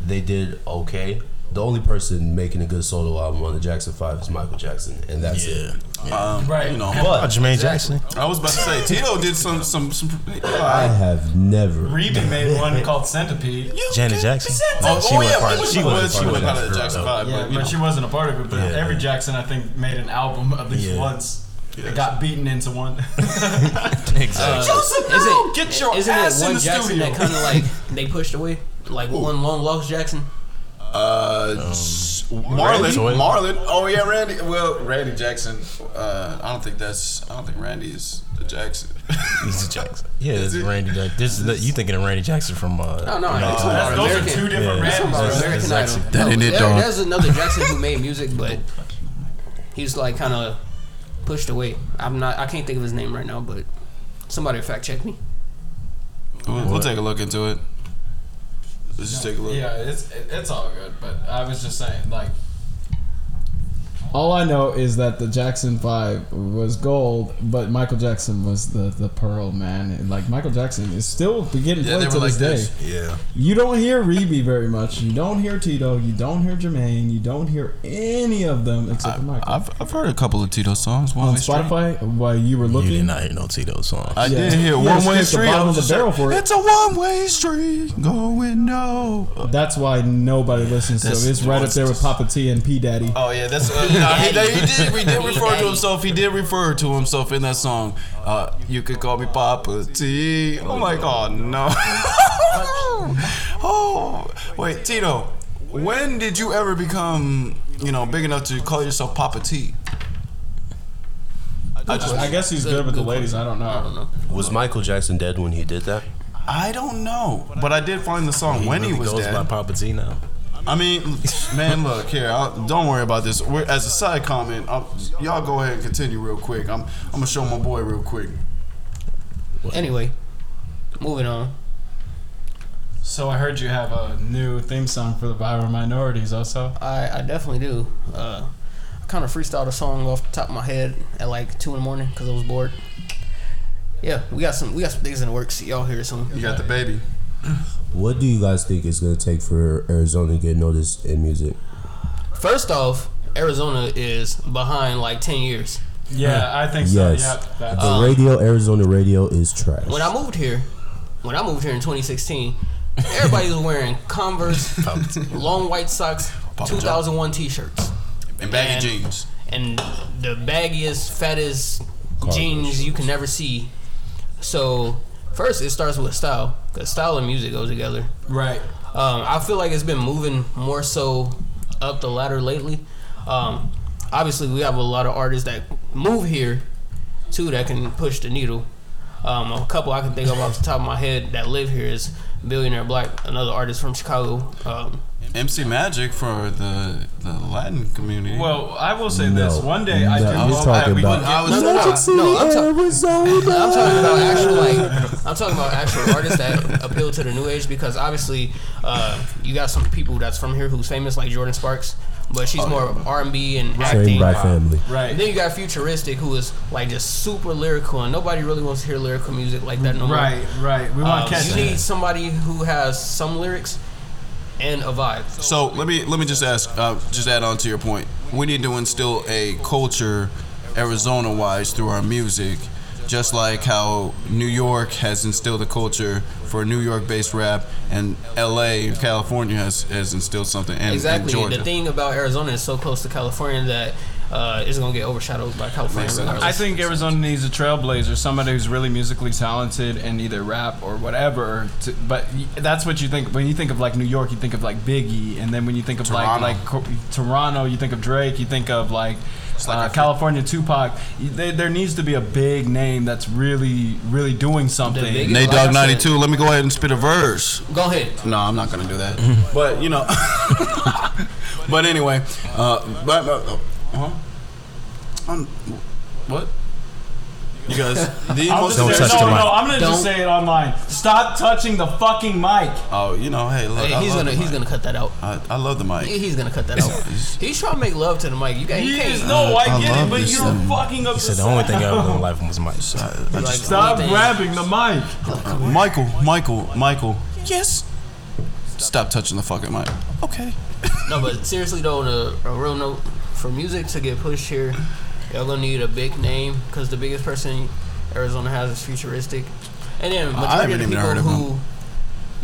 H: They did okay. The only person making a good solo album on the Jackson Five is Michael Jackson, and that's it.
D: Yeah.
A: Um, right. You know.
D: Oh, Jermaine Jackson.
A: I was about to say Tito did some some some.
H: I have never.
F: Reba
G: [LAUGHS]
F: made one called Centipede.
D: Janet Jackson.
A: Oh,
D: she
A: oh,
D: wasn't
A: yeah,
D: part-
A: was-
D: she wasn't
A: was-
D: part
A: she
D: of
A: was
D: that
A: part of the
D: group,
A: Jackson
D: though.
A: Five,
F: Yeah,
A: but,
F: but
A: you know.
F: she wasn't a part of it. But
D: Yeah.
F: every Jackson, I think, made an album at least
D: Yeah.
F: once. It got beaten into one.
D: Exactly.
A: Joseph,
G: Is
A: no,
G: it?
A: get your
G: isn't
A: ass
G: it one
A: in the
G: Jackson
A: studio.
G: that kind of like they pushed away, like one long lost Jackson?
A: uh, Marlon,
D: Randy?
A: Marlon. Oh yeah, Randy. Well, Randy Jackson. Uh, I don't think that's. I don't think Randy is a Jackson. [LAUGHS]
D: He's a Jackson. Yeah,
A: Is
D: it's
A: it?
D: Randy Jackson. This is the, you thinking of Randy Jackson from? Uh,
G: No, no, it's
D: uh,
G: not.
F: Those are
G: American.
F: two different
D: Yeah.
F: Randys.
G: About
D: That's-
G: American
D: that's
G: Idol.
D: actually-
A: That ain't it,
G: there-
A: dog.
G: There's another Jackson who made music, but he was like kind of pushed away. I'm not. I can't think of his name right now, but somebody fact check me.
A: We'll, we'll take a look into it. Let's just take a look.
F: Yeah, it's it- it's all good. But I was just saying, like,
B: All I know is that the Jackson Five was gold, but Michael Jackson was the, the pearl man. And like Michael Jackson is still beginning
A: Yeah, they
B: played to
A: were
B: this
A: like
B: day.
A: this.
D: Yeah.
B: You don't hear Rebe very much. You don't hear Tito. You don't hear Jermaine. You don't hear any of them except for Michael.
A: I've, I've heard a couple of Tito songs. One
B: on
A: Way Street.
B: Spotify, while you were
D: You did
B: looking,
D: not hear no Tito song.
A: I
B: Yeah.
A: did hear
B: Yeah,
A: one
B: it's
A: way
B: just the
A: street.
B: bottom
A: I
B: of
A: was
B: the
A: just
B: barrel
A: like,
B: for it.
A: It's a one way street going no.
B: that's why nobody listens to
A: That's-
B: it. It's right up there with Papa T and P Daddy.
A: Oh yeah, that's uh, nah, he, he did. He did refer to himself. He did refer to himself in that song. Uh, you could call me Papa T. [LAUGHS] I'm like, oh no. oh wait, Tito. When did you ever become, you know, big enough to call yourself Papa T? I just,
B: I guess he's good with the ladies. I don't know. I don't know.
H: Was Michael Jackson dead when he did that?
A: I don't know, but I did find the song when he
D: really
A: was
D: goes
A: dead.
D: by Papa T now.
A: I mean, man, look here. I'll, don't worry about this. We're, as a side comment, i y'all go ahead and continue real quick. I'm I'm gonna show my boy real quick.
G: Anyway, moving on.
F: So I heard you have a new theme song for the viral minorities. Also,
G: I, I definitely do. Uh, I kind of freestyled a song off the top of my head at like two in the morning because I was bored. Yeah, we got some we got some things in the works. Y'all hear it soon.
A: You got the baby.
H: What do you guys think it's gonna take for Arizona to get noticed in music?
G: First off, Arizona is behind like ten years.
F: yeah, I think so.
H: Yes.
F: Yep,
H: The
F: that,
H: radio, Arizona radio, is trash.
G: When I moved here, when I moved here in 2016, everybody was wearing
A: [LAUGHS]
G: Converse, long white socks, 2001 T-shirts,
A: And baggy
G: And-
A: jeans.
G: and the baggiest, fattest jeans you can never see. So first, it starts with style, because style and music go together.
F: right.
G: Um, I feel like it's been moving more so up the ladder lately. Um, obviously, we have a lot of artists that move here too that can push the needle. Um, a couple I can think of off the top of my head that live here is Billionaire Black, another artist from Chicago. Um,
A: MC Magic for the the Latin community.
F: Well, I will say
H: No.
F: this: one day I
H: No,
F: did.
H: you're
F: hope that
H: talking
F: we
H: about-
F: would
A: I
F: get-
A: was
G: no, no, no, no, I'm, ta- I'm talking about actual like I'm talking about actual artists that appeal to the new age because obviously uh, you got some people that's from here who's famous like Jordan Sparks, but she's more R and B and acting.
H: Trained by family.
G: And
F: right.
G: then you got Futuristic, who is like just super lyrical, and nobody really wants to hear lyrical music like that no more.
F: Right, right. We
G: Um,
F: want to catch
G: you
F: that.
G: need somebody who has some lyrics and a vibe.
A: So let me let me just ask, uh, just add on to your point. We need to instill a culture, Arizona-wise, through our music, just like how New York has instilled a culture for New York-based rap, and L.A. and California has, has instilled something, and, and
G: Exactly.
A: Georgia.
G: The thing about Arizona is so close to California that uh, it's gonna get overshadowed by California.
A: Makes sense.
G: regardless.
F: I think Arizona needs a trailblazer, somebody who's really musically talented and either rap or whatever. To, but y- that's what you think when you think of like New York, you think of like Biggie, and then when you think of
A: Toronto.
F: like like Co- Toronto, you think of Drake, you think of like.
A: like
F: uh,
A: I feel-
F: California Tupac, You- there, there needs to be a big name that's really, really doing something.
G: biggest-
A: Nate
G: Like I
A: Dog
G: said-
A: 92. Let me go ahead and spit a verse.
G: Go ahead.
A: No, I'm not gonna do that. but you know. [LAUGHS] but anyway, uh, but uh, huh? Um, what? You guys,
F: [LAUGHS]
A: the
F: I'm
A: most
F: just gonna-
D: touch
F: no,
D: the
F: no,
D: mic.
F: no, I'm gonna
G: Don't-
F: just say it online. Stop touching the fucking mic.
A: Oh, you know, hey, look,
G: Hey,
A: I,
G: he's
A: love
G: gonna
A: the
G: he's
A: mic.
G: gonna cut that out.
A: I, I love the
G: He-
A: mic.
G: He's gonna cut that out.
F: [LAUGHS]
G: He's trying to make love to the mic. You can't. You
F: Yes,
G: can't.
F: no, I,
A: I
F: get
A: love
F: it, but
A: this
F: you're
A: thing.
F: fucking
D: He said
F: upset.
D: the only thing I ever done in life was Mike.
A: I- I
G: Like,
A: just- uh,
F: Stop
G: only thing-
F: grabbing the mic.
A: Michael, Michael, Michael. Yes. Stop touching the fucking mic. Okay.
G: No, but seriously though, on a, a real note, for music to get pushed here, y'all gonna need a big name because the biggest person Arizona has is futuristic, and then
A: I haven't
G: majority of the
A: even
G: people
A: heard of
G: who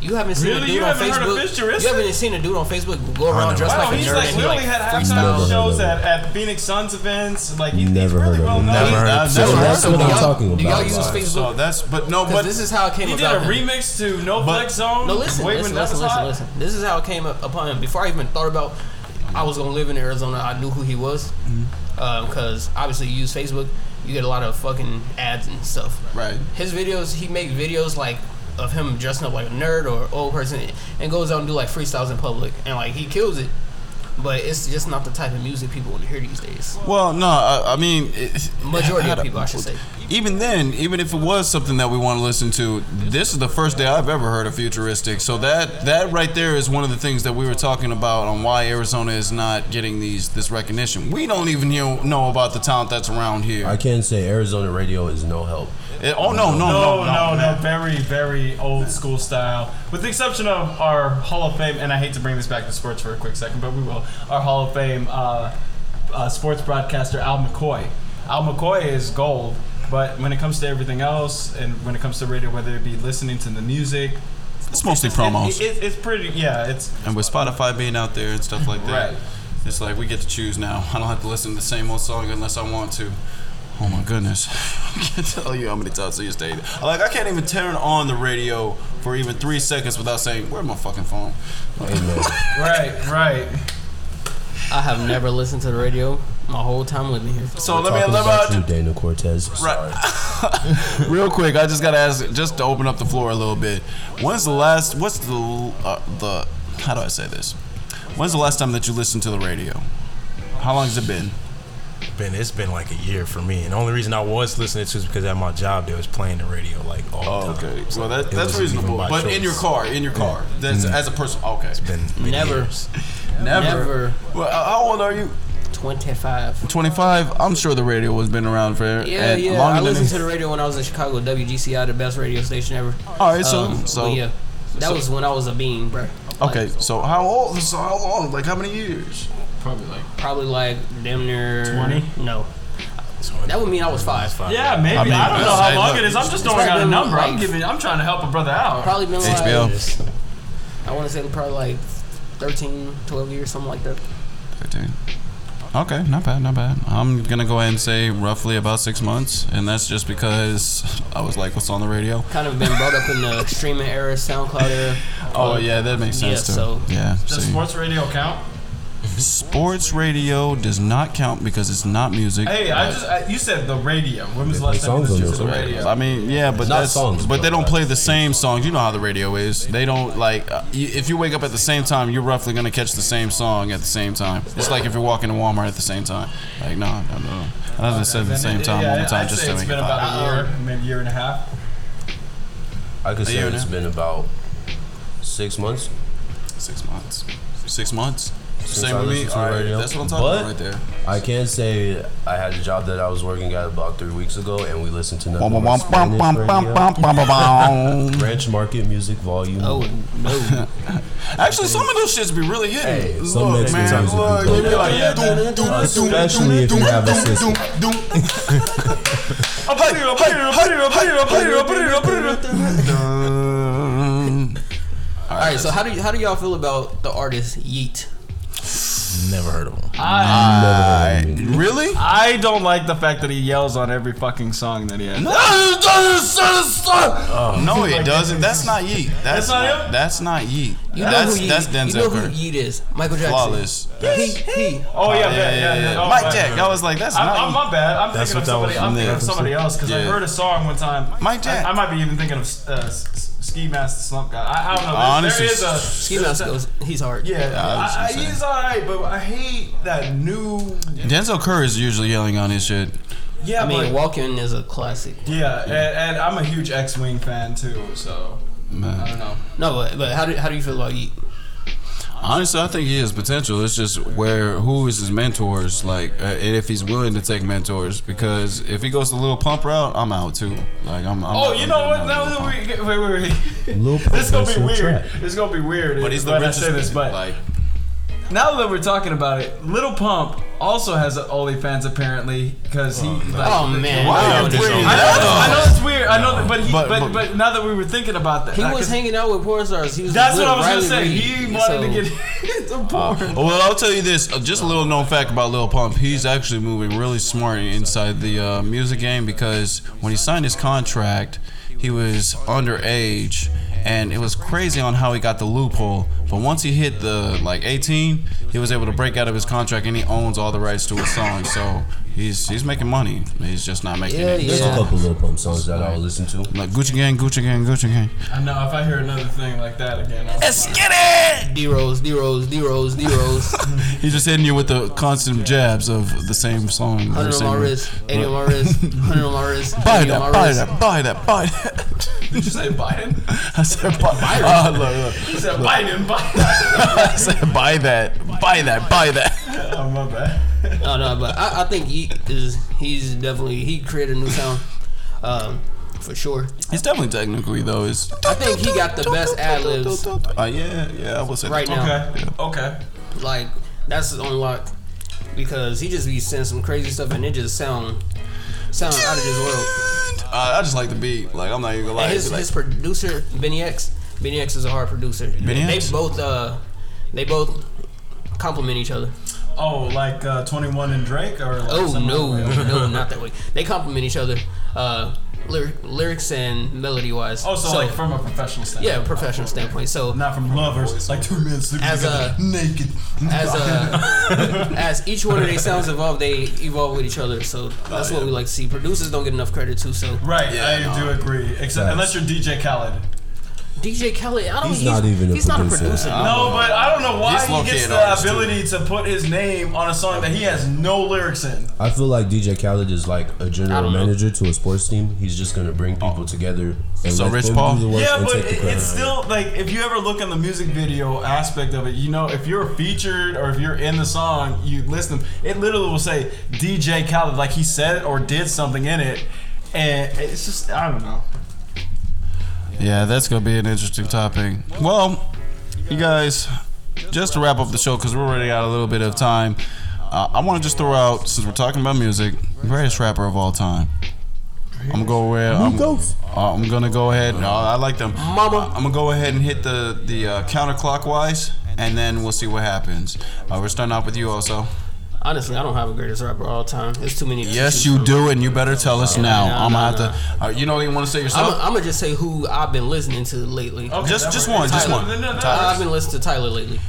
G: you haven't seen
F: Really?
G: a dude
F: You
G: on
F: haven't heard of
G: Facebook.
F: Futuristic?
G: You haven't seen a dude on Facebook go around
D: know.
G: dressed
F: Wow,
G: like a
F: he's
G: nerd.
F: like,
G: and
F: we
G: he,
F: only
G: like,
F: had
G: freestyle.
F: halftime shows
H: Never heard
F: at, at Phoenix Suns events. Like, he,
H: Never
F: he's
H: heard
F: really
H: of
F: well
H: him.
F: known.
A: Never heard
F: I've
A: of
H: So
A: him.
G: Never heard
H: that's
G: of
H: what
G: him.
H: I'm
G: Y'all-
H: talking about.
G: do y'all use
H: guys.
G: Facebook?
A: So that's but no,
G: Because
A: but
G: this is how it came
F: He did
G: about.
F: a remix to No
A: But-
F: Flex Zone.
G: No, listen,
F: Wait, when
G: listen,
F: that
G: listen,
F: was
G: listen,
F: hot?
G: listen. This is how it came up upon him. Before I even thought about, I was gonna live in Arizona. I knew who he was, because obviously you use Facebook, you get a lot of fucking ads and stuff.
A: right.
G: His videos, he make videos like of him dressing up like a nerd or old person, and goes out and do like freestyles in public, and like he kills it. But it's just not the type of music people want to hear these days.
A: Well, no, I, I mean, it,
G: Majority of people, I should say.
A: even then, even if it was something that we want to listen to, this is the first day I've ever heard of futuristic. So that that right there is one of the things that we were talking about on why Arizona is not getting these this recognition. We don't even know, know about the talent that's around here.
H: I can't say Arizona radio is no help.
A: It- oh no, no, no,
F: No, no, no, very, very old school style. With the exception of our Hall of Fame, and I hate to bring this back to sports for a quick second, but we will. Our Hall of Fame uh, uh, sports broadcaster, Al McCoy. Al McCoy is gold, but when it comes to everything else, and when it comes to radio, whether it be listening to the music,
A: It's mostly
F: it,
A: promos,
F: it, it's pretty. Yeah, it's
A: and with Spotify being out there and stuff like that,
F: Right.
A: it's like we get to choose now. I don't have to listen to the same old song unless I want to. Oh my goodness. [LAUGHS] I can't tell you how many times I used to hate it. Like, I can't even turn on the radio for even three seconds without saying, Where's my fucking phone?
F: Right, right.
G: I have never listened to the radio my whole time living here.
A: [LAUGHS] So let
H: Talking
A: me, let me,
H: about you, Dana Cortez. Sorry.
A: [LAUGHS] Real quick, I just gotta ask, just to open up the floor a little bit. When's the last? What's the uh, the? How do I say this? When's the last time that you listened to the radio? How long has it been?
D: Been it's been like a year for me, and the only reason I was listening to is because at my job they was playing the radio like all
A: Oh,
D: the time.
A: okay.
D: So
A: Well, that,
D: it
A: that's
D: wasn't even
A: reasonable.
D: by
A: But in your
D: choice.
A: car, in your car, that's as a person. Okay,
D: been many
G: Never.
D: years.
A: never.
G: Never.
A: Well, uh, how old are you?
G: 25.
A: Twenty-five. I'm sure the radio has been around for
G: Yeah,
A: and
G: yeah.
A: longer
G: I
A: than
G: listened
A: it-
G: to the radio when I was in Chicago. WGCI, the best radio station ever.
A: All right, Oh. so
G: Um,
A: so
G: but yeah, that was when I was a bean, bro. Like,
A: okay. So how old? So how long? Like how many years?
F: Probably like
G: probably like damn near
F: 20?
G: No, that would mean I was five.
F: Yeah, maybe. I, don't
A: hey,
F: know how long
A: look,
F: it is. I'm just throwing
G: like
F: out a
G: them
F: number. I'm
G: life.
F: giving. I'm trying to help a brother out.
G: Probably been like
A: HBO.
G: I want to say probably like 13, 12 years, something like that.
A: 15. Okay, not bad, not bad. I'm gonna go ahead and say roughly about six months, and that's just because I was like, "What's on the radio?"
G: Kind of been brought up in the streaming era, SoundCloud era.
A: Oh yeah, that makes sense
G: yeah,
A: too.
G: so-
A: yeah,
F: Does
A: see.
F: sports radio count?
A: sports radio does not count because it's not music.
F: Hey, I just I, you said the radio. When was the
H: They
F: last
H: play
F: time you
H: songs on
F: listened to the
H: there, so-
F: radio?
A: I mean, yeah, but
H: Not
A: that's
H: songs,
A: but
H: but
A: they don't
H: like-
A: play the same songs. You know how the radio is. They don't like uh, y- if you wake up at the same time, you're roughly gonna catch the same song at the same time. It's like if you're walking to Walmart at the same time. Like no, no, no. I doesn't say the
F: Then
A: same
F: it-
A: time
F: yeah,
A: all the time
F: I'd
A: just
F: say
A: to
F: it's
A: make
F: been
A: it pop.
F: about a year, maybe year and a half.
H: I could say
A: year
H: it's
A: now.
H: been about six months.
A: Six months. Six months. Same
H: I
A: with me.
H: listened to
A: All right,
H: radio.
A: that's what I'm talking about
H: But-
A: right there.
H: I can say I had a job that I was working at about three weeks ago, and we listened to nothing but Spanish radio.
A: Actually,
H: Ranch Market Music Volume.
G: Oh no,
A: some of those shits be really hitting.
H: Hey,
A: look,
H: some Mexican
A: man,
H: songs
A: look,
H: be
A: you be like, yeah, doom, doom,
H: Especially if you
A: doom,
H: have a
A: doom,
H: sister.
A: doom, doom. Hey, hey, hey.
G: all right. So how do you, how do y'all feel about the artist Yeet?
D: Never heard of them.
A: I- Really?
F: I don't like the fact that he yells on every fucking song that he has.
A: No, it doesn't. That's not Yeet. That's,
F: That's not
A: not.
F: him?
A: That's not Yeet.
G: You know
A: that's
G: who Yeet,
A: that's
G: You know
A: Denzel
G: who
A: Curry.
G: Yeet is? Michael Jackson.
A: Flawless.
G: He he.
F: Oh yeah, yeah, yeah. yeah, Oh,
A: Mike
F: my-
A: Jack. I was like, that's
F: I'm,
A: not
F: I'm
A: Yeet.
F: my bad. I'm
D: That's
F: thinking of
D: what
F: somebody.
D: that was.
F: I'm
A: Yeah.
F: thinking of somebody else because I
A: Yeah.
F: heard a song one time.
A: Mike Jack.
F: I, I might be even thinking of uh, S- S- Ski Mask the Slump Guy. I, I don't know. There,
A: Honestly,
F: there is a
G: Ski Mask goes. He's hard.
F: Yeah,
A: that's what
F: I, I,
A: I'm saying.
F: he's all right, but I hate that new.
A: Denzel Curry is usually yelling on his shit.
F: Yeah,
G: I mean,
F: but-
G: Walking is a classic.
F: yeah, and, and I'm a huge X-wing fan too, so I don't know.
G: No, but, but how do how do you feel about Yeet?
A: Honestly, I think he has potential. It's just where who is his mentors like, uh, and if he's willing to take mentors. Because if he goes the little pump route, I'm out too. Like I'm. I'm
F: Oh, you know what?
A: I'm
F: That
A: out.
F: was a weird. Wait, wait, wait. [LAUGHS]
H: Lil
F: This is gonna be
H: Pump
F: weird.
H: is your track.
F: This is gonna be weird.
A: But he's the
F: when I
A: richest.
F: say this, but
A: like,
F: now that we're talking about it, Little Pump also has an OnlyFans apparently because he. like,
G: Oh man.
A: Wow,
G: No,
A: dude.
G: dude.
F: I know, I know it's weird. I know, that, but, he,
A: But-
F: but, but
A: but-
F: now that we were thinking about that,
G: He
F: I
G: was
F: could-
G: hanging out with porn stars. He was
F: That's
G: with
F: what I was gonna say.
G: Riley Reid,
F: He wanted
G: so-
F: to get [LAUGHS] into porn.
A: well, I'll tell you this. uh, Just a little known fact about Lil Pump. He's actually moving really smart inside the uh, music game because when he signed his contract, he was underage, and it was crazy on how he got the loophole. But once he hit the like 18, he was able to break out of his contract, and he owns all the rights to his song. So he's he's making money. He's just not making
G: Yeah,
A: it.
G: yeah.
H: There's a couple Lil Pump songs that I'll listen to.
A: Like Gucci Gang, Gucci Gang, Gucci Gang.
F: I know if I hear another thing like that again, I'll
G: D Rose, D Rose, D Rose, D [LAUGHS] Rose.
A: He's just hitting you with the constant jabs of the same song. or
G: Hundred on
A: same-
G: my wrist, eighty on my wrist, hundred on my [LAUGHS] wrist,
A: Buy
G: eighty on
A: that,
G: my
A: buy
G: wrist.
A: that, buy that, buy that.
F: [LAUGHS] Did you say Biden?
A: I said, buy, uh, look, look.
F: He said Biden,
A: [LAUGHS]
F: Biden.
A: I said, buy that, buy that, buy that.
F: oh, my bad.
G: No, no, but I, I think he is. He's definitely he created a new sound, um, for sure.
A: It's definitely technically though. It's
G: I think he got the best
A: [LAUGHS]
G: ad libs
A: uh, yeah, yeah. I would say
G: right
A: that.
G: now.
F: Okay. Okay.
G: Like that's his unlocked because he just be saying some crazy stuff and it just sound sound out of this world.
A: Uh, I just like the beat. Like I'm not even gonna lie.
G: And his,
A: It's like,
G: his producer Benny X. Benny X is a hard producer.
A: Benny
G: they
A: X?
G: both uh, they both complement each other.
F: Oh, like uh, 21 and Drake, or like
G: Oh
F: some
G: no,
F: other way?
G: no, [LAUGHS] not that way. They complement each other, uh, lyr- lyrics and melody wise.
F: Oh, so, like from a professional standpoint.
G: yeah, professional standpoint. So
F: Not from lovers. It's like two men sleeping
G: As
F: together,
G: a-
F: naked.
G: as uh as each one of their sounds evolve, they evolve with each other. So that's what we like to see. Producers don't get enough credit too. So
F: right, I do agree. Except unless you're DJ Khaled.
G: DJ Kelly, I don't.
H: He's not even a
G: he's not a
H: producer.
G: producer.
F: No, but I don't know why
A: He's
F: he
A: low-key
F: gets
A: an
F: the
A: artist, too.
F: ability to put his name on a song that he has no lyrics in.
H: I feel like DJ Khaled is like a
G: I
H: general
G: don't know.
H: manager to a sports team. He's just gonna bring people together. And
A: So
H: let
A: Rich
H: them
A: Paul?
H: do the work
F: Yeah,
H: and
F: but
H: take the
F: it,
H: credit.
F: it's still like if you ever look in the music video aspect of it, you know, if you're featured or if you're in the song, you listen. It literally will say DJ Khaled, like he said or did something in it, and it's just I don't know.
A: Yeah, that's gonna be an interesting topic. Well, you guys, just to wrap up the show because we're already out a little bit of time. Uh, I want to just throw out since we're talking about music, greatest rapper of all time. I'm gonna go where I'm, uh, I'm gonna go ahead. No, I like them. Uh,
G: Mama.
A: I'm gonna go ahead and hit the the uh, counterclockwise, and then we'll see what happens. Uh, we're starting off with you, also.
G: Honestly, I don't have a greatest rapper of all time. There's too many. to
A: Yes,
G: choose
A: you
G: from.
A: do, and you better tell us now.
G: no,
A: I'm gonna
G: no,
A: have to. Uh, you don't even want to say
G: I'm
A: yourself.
G: gonna just say who I've been listening to lately.
F: Okay,
A: Just-
F: that
A: just
F: works.
A: one, just
F: Tyler.
A: one.
F: No, no, no.
G: I've been listening to Tyler lately.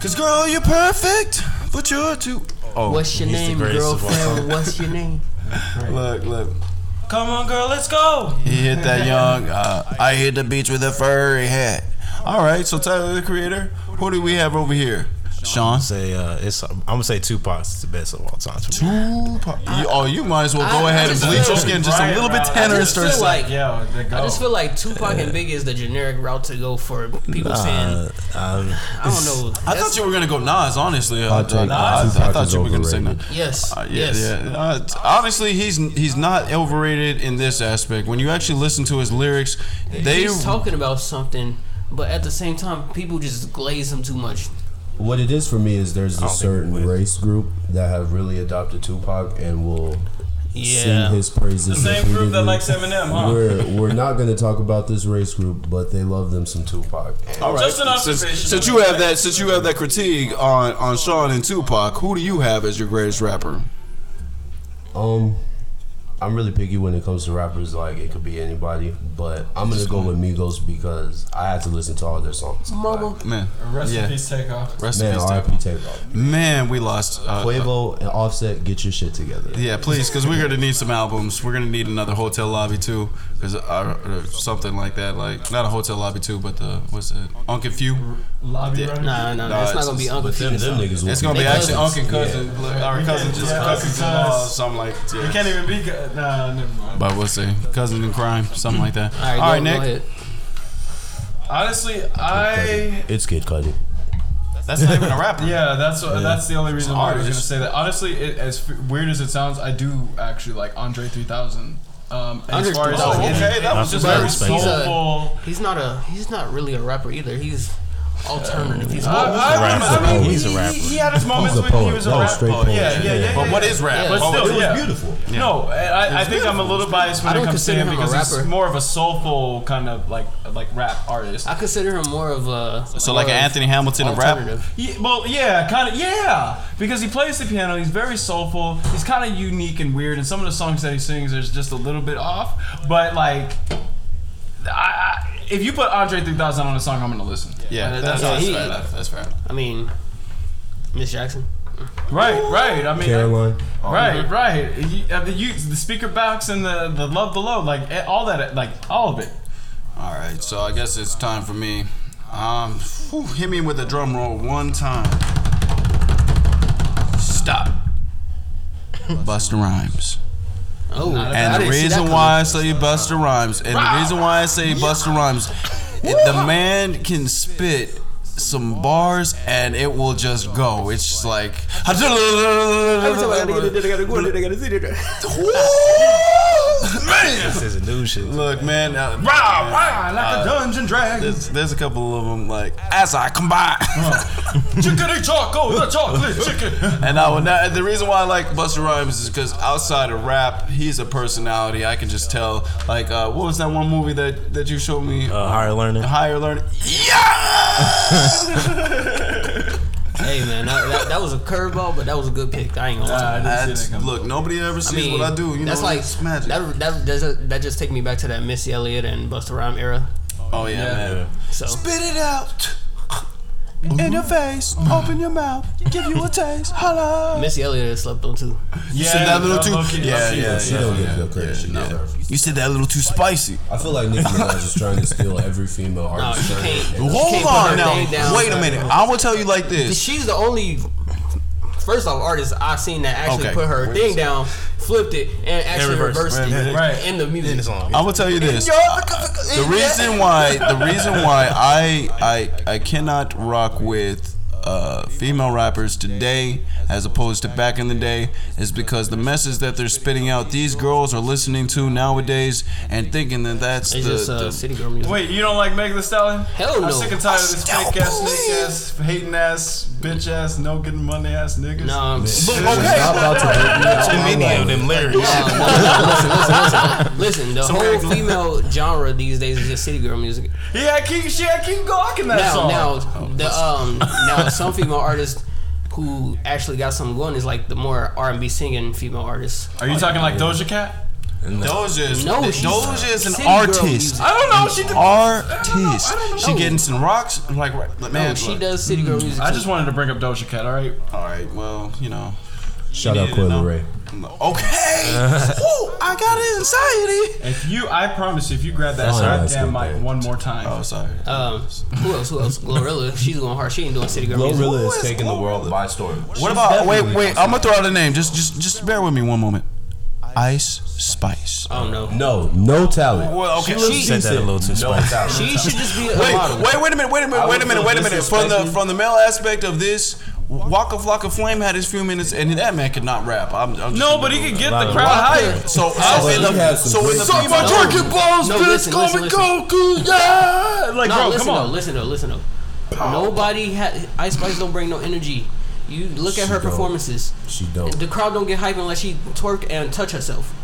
A: Cause girl, you're perfect, but you're too. Oh,
G: What's your
D: he's the
G: name,
D: greatest of all
G: girlfriend? What's your name?
A: look, look.
F: Come on, girl, let's go.
A: He hit that young. Uh, I hit the beach with a furry hat. All right, so Tyler the Creator. Who do we have over here? Sean.
D: Say uh, it's I'm gonna say Tupac's the best of all time. for me.
A: Tupac. You, oh, you might as well go
G: I- I
A: ahead and
G: just
A: bleach your
G: feel-
A: skin just a
F: Brian
A: little bit
F: Brown.
A: tanner
G: I
A: and
G: just
A: start.
G: feel
A: Like,
G: like
F: Yeah, they go.
G: I just feel like Tupac and Biggie is the generic route to go for people
D: Uh,
G: saying
D: um,
G: I don't know.
A: I thought you were gonna go Nas. Honestly, uh,
H: I'll take
A: Nas. I,
H: Nas.
A: I thought you were gonna say Nas.
H: Overrated.
G: Yes.
A: Uh, yeah,
G: yes.
A: yeah. Uh, t- honestly, he's he's not overrated in this aspect. When you actually listen to his lyrics, they
G: He's talking about something, but at the same time, people just glaze him too much.
H: What it is for me is there's a
D: don't think we
H: certain
D: would.
H: race group that have really adopted Tupac and will
G: Yeah.
H: sing his praises.
F: same group that
H: repeatedly.
F: likes Eminem, huh?
H: We're we're not gonna talk about this race group, but they love them some Tupac.
A: All right.
F: Just an
A: since,
F: observation.
A: since you have that, since you have that critique on on Sean and Tupac, who do you have as your greatest rapper?
H: Um, I'm really picky when it comes to rappers. Like it could be anybody, but I'm gonna go with Migos because I had to listen to all their songs.
G: Mama.
A: Man,
F: Rest
A: yeah.
F: in peace, Takeoff.
A: Rest in
H: Man,
A: peace.
H: RIP
A: Tupac.
H: Takeoff.
A: Man, we lost. Uh,
H: Quavo and Offset, get your shit together.
A: yeah, please, because we're gonna need some albums. We're gonna need another hotel lobby too, because uh, or something like that. Like not a hotel lobby too, but the what's it? Uncle Few.
F: Lobby
A: Yeah.
F: runner.
G: Nah,
A: Nah,
G: nah, nah. It's not
A: it's-
G: gonna be Uncle
H: But them,
G: Fetus.
H: them niggas.
A: It's gonna be
G: They
A: actually Uncle
G: cousins.
A: Cousin, like, our
F: We
A: cousin,
F: can't-
A: just
F: yeah,
A: cousins in
F: cousins.
A: law, something like. Yeah.
F: You can't even be good. Nah, never mind.
A: But we'll see. Cousin in crime, something like that. All
G: All
A: right,
G: right, go,
A: Nick.
G: go ahead.
F: Honestly, I.
H: It's Kid Cudi.
A: That's not even a rapper.
F: [LAUGHS] Yeah, that's what, that's the only reason why I was gonna
A: artist.
F: say that. Honestly, it, as f- weird as it sounds, I do actually like Andre 3000. Um, as
G: Andre
F: far as
G: 3000,
F: like,
A: okay, that was
F: just
G: But
F: very
G: he's a-
F: soulful.
G: He's not a. He's not really a rapper either. He's alternative. He's
F: I- I- I mean,
D: rapper, bro.
F: he-
D: He's a
F: he-
D: rapper.
F: He, had his moments
H: a
F: when he
H: poet.
F: was a
H: That was
F: rap
H: straight
F: poet.
H: poet.
F: Yeah, yeah, yeah.
H: Yeah.
F: yeah,
A: But
F: yeah.
A: what is rap?
G: Yeah.
F: But
G: But
F: still,
H: it was
F: yeah.
H: beautiful.
F: No, I, I- I think I'm a little biased when
G: I
F: it
G: don't
F: comes to
G: consider
F: him
G: him a
F: because he's
G: rapper.
F: more of a soulful kind of like like rap artist.
G: I consider him more of a.
A: So like
G: more
A: an
G: of
A: Anthony Hamilton of rap.
G: alternative.
F: Yeah, well, yeah, kind of, yeah, because he plays the piano. He's very soulful. He's kind of unique and weird, and some of the songs that he sings is just a little bit off. But like, I, I, if you put Andre 3000 on a song, I'm gonna listen.
A: Yeah,
F: And
A: that's, that's,
G: he-
A: fair. That's, that's fair.
G: I mean, Miss Jackson.
F: right, right. I mean,
H: Caroline.
F: right, right. You, I mean, you, the speaker box and the the love below, like eh, all that, like all of it.
A: All right, so I guess it's time for me. Um, whew, hit me with a drum roll one time.
G: [LAUGHS]
A: Stop. Busta Rhymes.
G: Oh, I
A: And the
G: didn't see that
A: reason
G: coming.
A: why I say Busta Rhymes, and the reason why I
G: [LAUGHS]
A: say Busta Rhymes, it- the man can spit some bars and it will just go. It's just like. [LAUGHS] Man!
D: this is a new shit.
A: Look, man, uh,
F: Ah, like a dungeon dragon.
A: There's, there's a couple of them like as I come by,
F: Chickadee choco, oh, the chocolate chicken.
A: and I would not. and The reason why I like Buster Rhymes is because outside of rap, he's a personality. I can just tell. Like, uh, what was that one movie that that you showed me?
D: Uh, higher learning.
A: Higher Learning. Yeah.
G: Hey man, that, that, that was a curveball, but that was a good pick. I ain't gonna lie.
A: That's- look, nobody ever
G: I
A: sees
G: mean,
A: what I do. You
G: that's
A: know,
G: like
A: it's magic.
G: that. That that, that just take me back to that Missy Elliott and Busta Rhyme era.
A: oh yeah, man.
G: So
A: Spit it out. In your face, open your mouth, give you a taste. Hello.
G: Missy Elliott has slept on too.
A: You said that little too.
F: low-key,
A: Yeah,
F: low-key.
A: yeah,
H: She
A: yeah.
H: don't give no credit. She
A: no.
H: gets her.
A: You said that little too spicy.
H: I feel like Nicki Minaj is trying to steal every female
G: No,
H: artist.
G: she can't. she can't
A: Hold
G: put her
A: on
G: thing down.
A: now. Wait a minute. I will tell you like this.
G: She's the only first off artist I've seen that actually
A: Okay.
G: put her thing down, flipped it, and actually
D: reversed.
G: reversed, it
F: Right.
G: in the music.
D: in the song.
A: I will tell you this. the reason why the reason why I I I cannot rock with uh, female rappers today as opposed to back in the day is because the message that they're spitting out these girls are listening to nowadays and thinking that that's the,
G: It's just uh,
A: the-
G: city girl music.
F: Wait, you don't like Meg Thee Stallion?
G: Hell no.
F: I'm sick and tired of this
A: I
F: fake ass,
A: still
F: snake ass, hating ass, bitch ass, no getting money ass niggas. [LAUGHS]
G: No, I'm-
A: Look, okay.
H: Not about to break me out my
D: Many of
H: life.
D: them lyrics.
A: [LAUGHS]
G: No, no, no, listen, listen, listen. Listen, the
A: Somebody-
G: whole female genre these days is just city girl music.
F: He had keep, she had keep gawking that
G: Now,
F: song.
G: now,
A: Oh,
G: the
A: [LAUGHS]
G: um, now some female artists who actually got something going is like the more R and B singing female artists.
F: Are you talking like Doja Cat?
A: Doja is,
G: No, she's-
A: Doja is
G: City
A: an
G: girl
A: artist.
G: music.
F: I don't know. She did,
A: Artist. She
G: know.
A: getting some rocks like man.
G: No, she
A: look.
G: does city girl music.
F: Hmm. I
G: too.
F: just wanted to bring up Doja Cat. All right.
A: All right. Well, you know.
H: Shout out
A: needed to know.
H: Coil Ray.
A: Okay. Woo, I got anxiety.
F: If you, I promise, you, if you grab that
H: Oh,
F: goddamn
H: that's good,
F: mic
H: man.
F: one more time,
A: Oh, sorry.
G: Um, who else? Who else? Glorilla. She's going hard. She ain't doing city girl music.
H: Glorilla is taking the world by storm.
A: What about wait wait? I'm gonna throw out a name. Just just just bear with me one moment. Ice Spice.
G: I
E: [LAUGHS]
G: don't know.
H: No, no talent.
A: Well, okay.
G: She-
D: Said that a little too
H: No
D: spicy.
H: talent.
G: She should just be a
A: Wait,
G: model.
A: wait, wait a minute, wait a minute, wait a
H: would
A: minute,
H: feel
A: wait a minute. From the
H: disrespected.
A: from the male aspect of this, Waka Flocka Flame had his few minutes, and that man could not rap. I'm, I'm just
F: no, but he can get the crowd
G: Why
F: higher.
G: could-
A: So, so in
H: he
A: the
H: had some
A: so in the
H: great-
A: female,
G: my drinking balls, No, bitch, listen, call listen, me listen.
A: Goku, yeah. Like
G: No,
F: bro,
G: listen
F: come on.
G: though. Listen though. Listen though. Nobody. Ha- Ice Spice don't bring no energy. You look at her
H: don't.
G: performances.
H: She don't.
G: The crowd don't get hype unless she twerk and touch herself.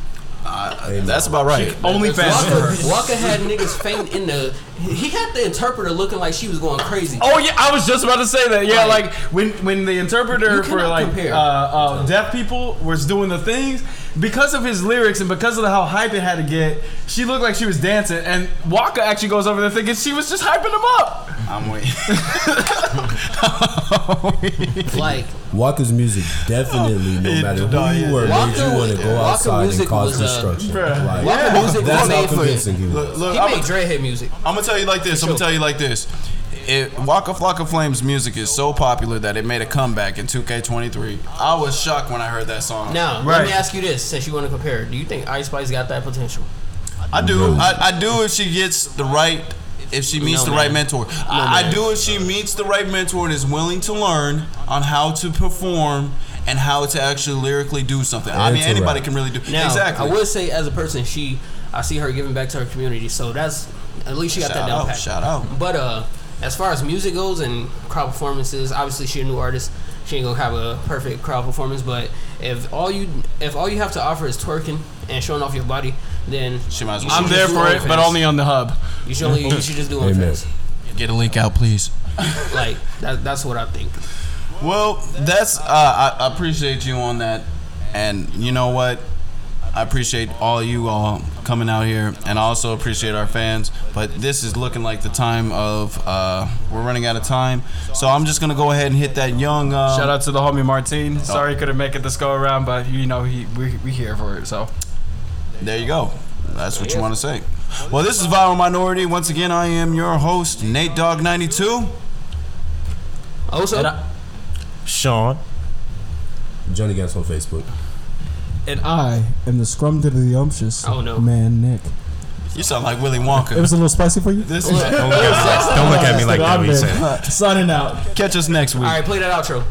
A: that's about right.
F: Only fans for
G: Walker,
F: her.
G: Walker had niggas fainting in the. He had the interpreter looking like she was going crazy.
F: Oh yeah, I was just about to say that. Yeah,
G: Like-
F: like when when the interpreter
G: You
F: for
G: cannot
F: like uh,
G: compare.
F: uh, deaf people was doing the things because of his lyrics and because of how hype it had to get, she looked like she was dancing. And Waka actually goes over there thinking she was just hyping him up.
A: I'm with.
G: Like
H: Walker's music definitely, no matter who you were, made
G: Walker
H: you want to
G: was-
H: go
G: Walker
H: outside and
G: music was,
H: cause
G: uh,
H: destruction. Like,
G: Walker music was
H: that's how
G: made for. He
H: convincing he was.
A: Look, look, I'm
G: made
A: gonna-
G: Dre hit music.
A: I'm gonna tell you like this. I'm gonna
G: Sure.
A: tell you like this. It, Waka Flocka Flames music is so popular that it made a comeback in 2K23. I was shocked when I heard that song.
G: Now let
F: Right.
G: me ask you this: since you want to compare, do you think Ice Spice got that potential?
A: I do. I, I do if she gets the right, if she meets
G: No,
A: the
G: man.
A: right mentor. I, I do if she meets the right mentor and is willing to learn on how to perform and how to actually lyrically do something. I
H: And
A: mean,
H: to
A: anybody
H: rap.
A: can really do.
G: Now,
A: exactly.
G: I would say as a person, she I see her giving back to her community, so that's at least she got
A: shout
G: that down
A: out.
G: pat.
A: Shout out.
G: But uh, as far as music goes and crowd performances, obviously she's a new artist. She ain't gonna have a perfect crowd performance. But if all you if all you have to offer is twerking and showing off your body, then
A: She might as
G: you
A: well.
G: should
F: I'm
G: just
F: there
G: do
F: for it, but
G: OnlyFans.
F: only on the hub.
G: you should only you should just do
H: Amen.
G: OnlyFans.
A: Get a link out, please.
G: Like that, that's what I think.
A: Well, that's uh, I, I appreciate you on that, and you know what? I appreciate all you all coming out here, and I also appreciate our fans. But this is looking like the time of uh, we're running out of time, so I'm just gonna go ahead and hit that young. Um,
F: Shout out to the homie Martine. Sorry he couldn't make it this go around, but you know he we we here for it. So
A: There you go. That's what you want to say. Well, this is Viral Minority. Once again, I am your host, Nate Dog 92.
G: Also,
F: And I-
D: Sean.
H: Johnny Gans on Facebook.
B: And I am the scrum to the umptious
G: Oh, no.
B: man, Nick.
A: You sound like Willy
B: It
A: Wonka.
B: was a little spicy for you.
A: This is,
B: [LAUGHS]
D: Don't look at me like that. What you saying?
B: Signing out.
A: catch us next
G: all
A: week.
G: right, play that outro.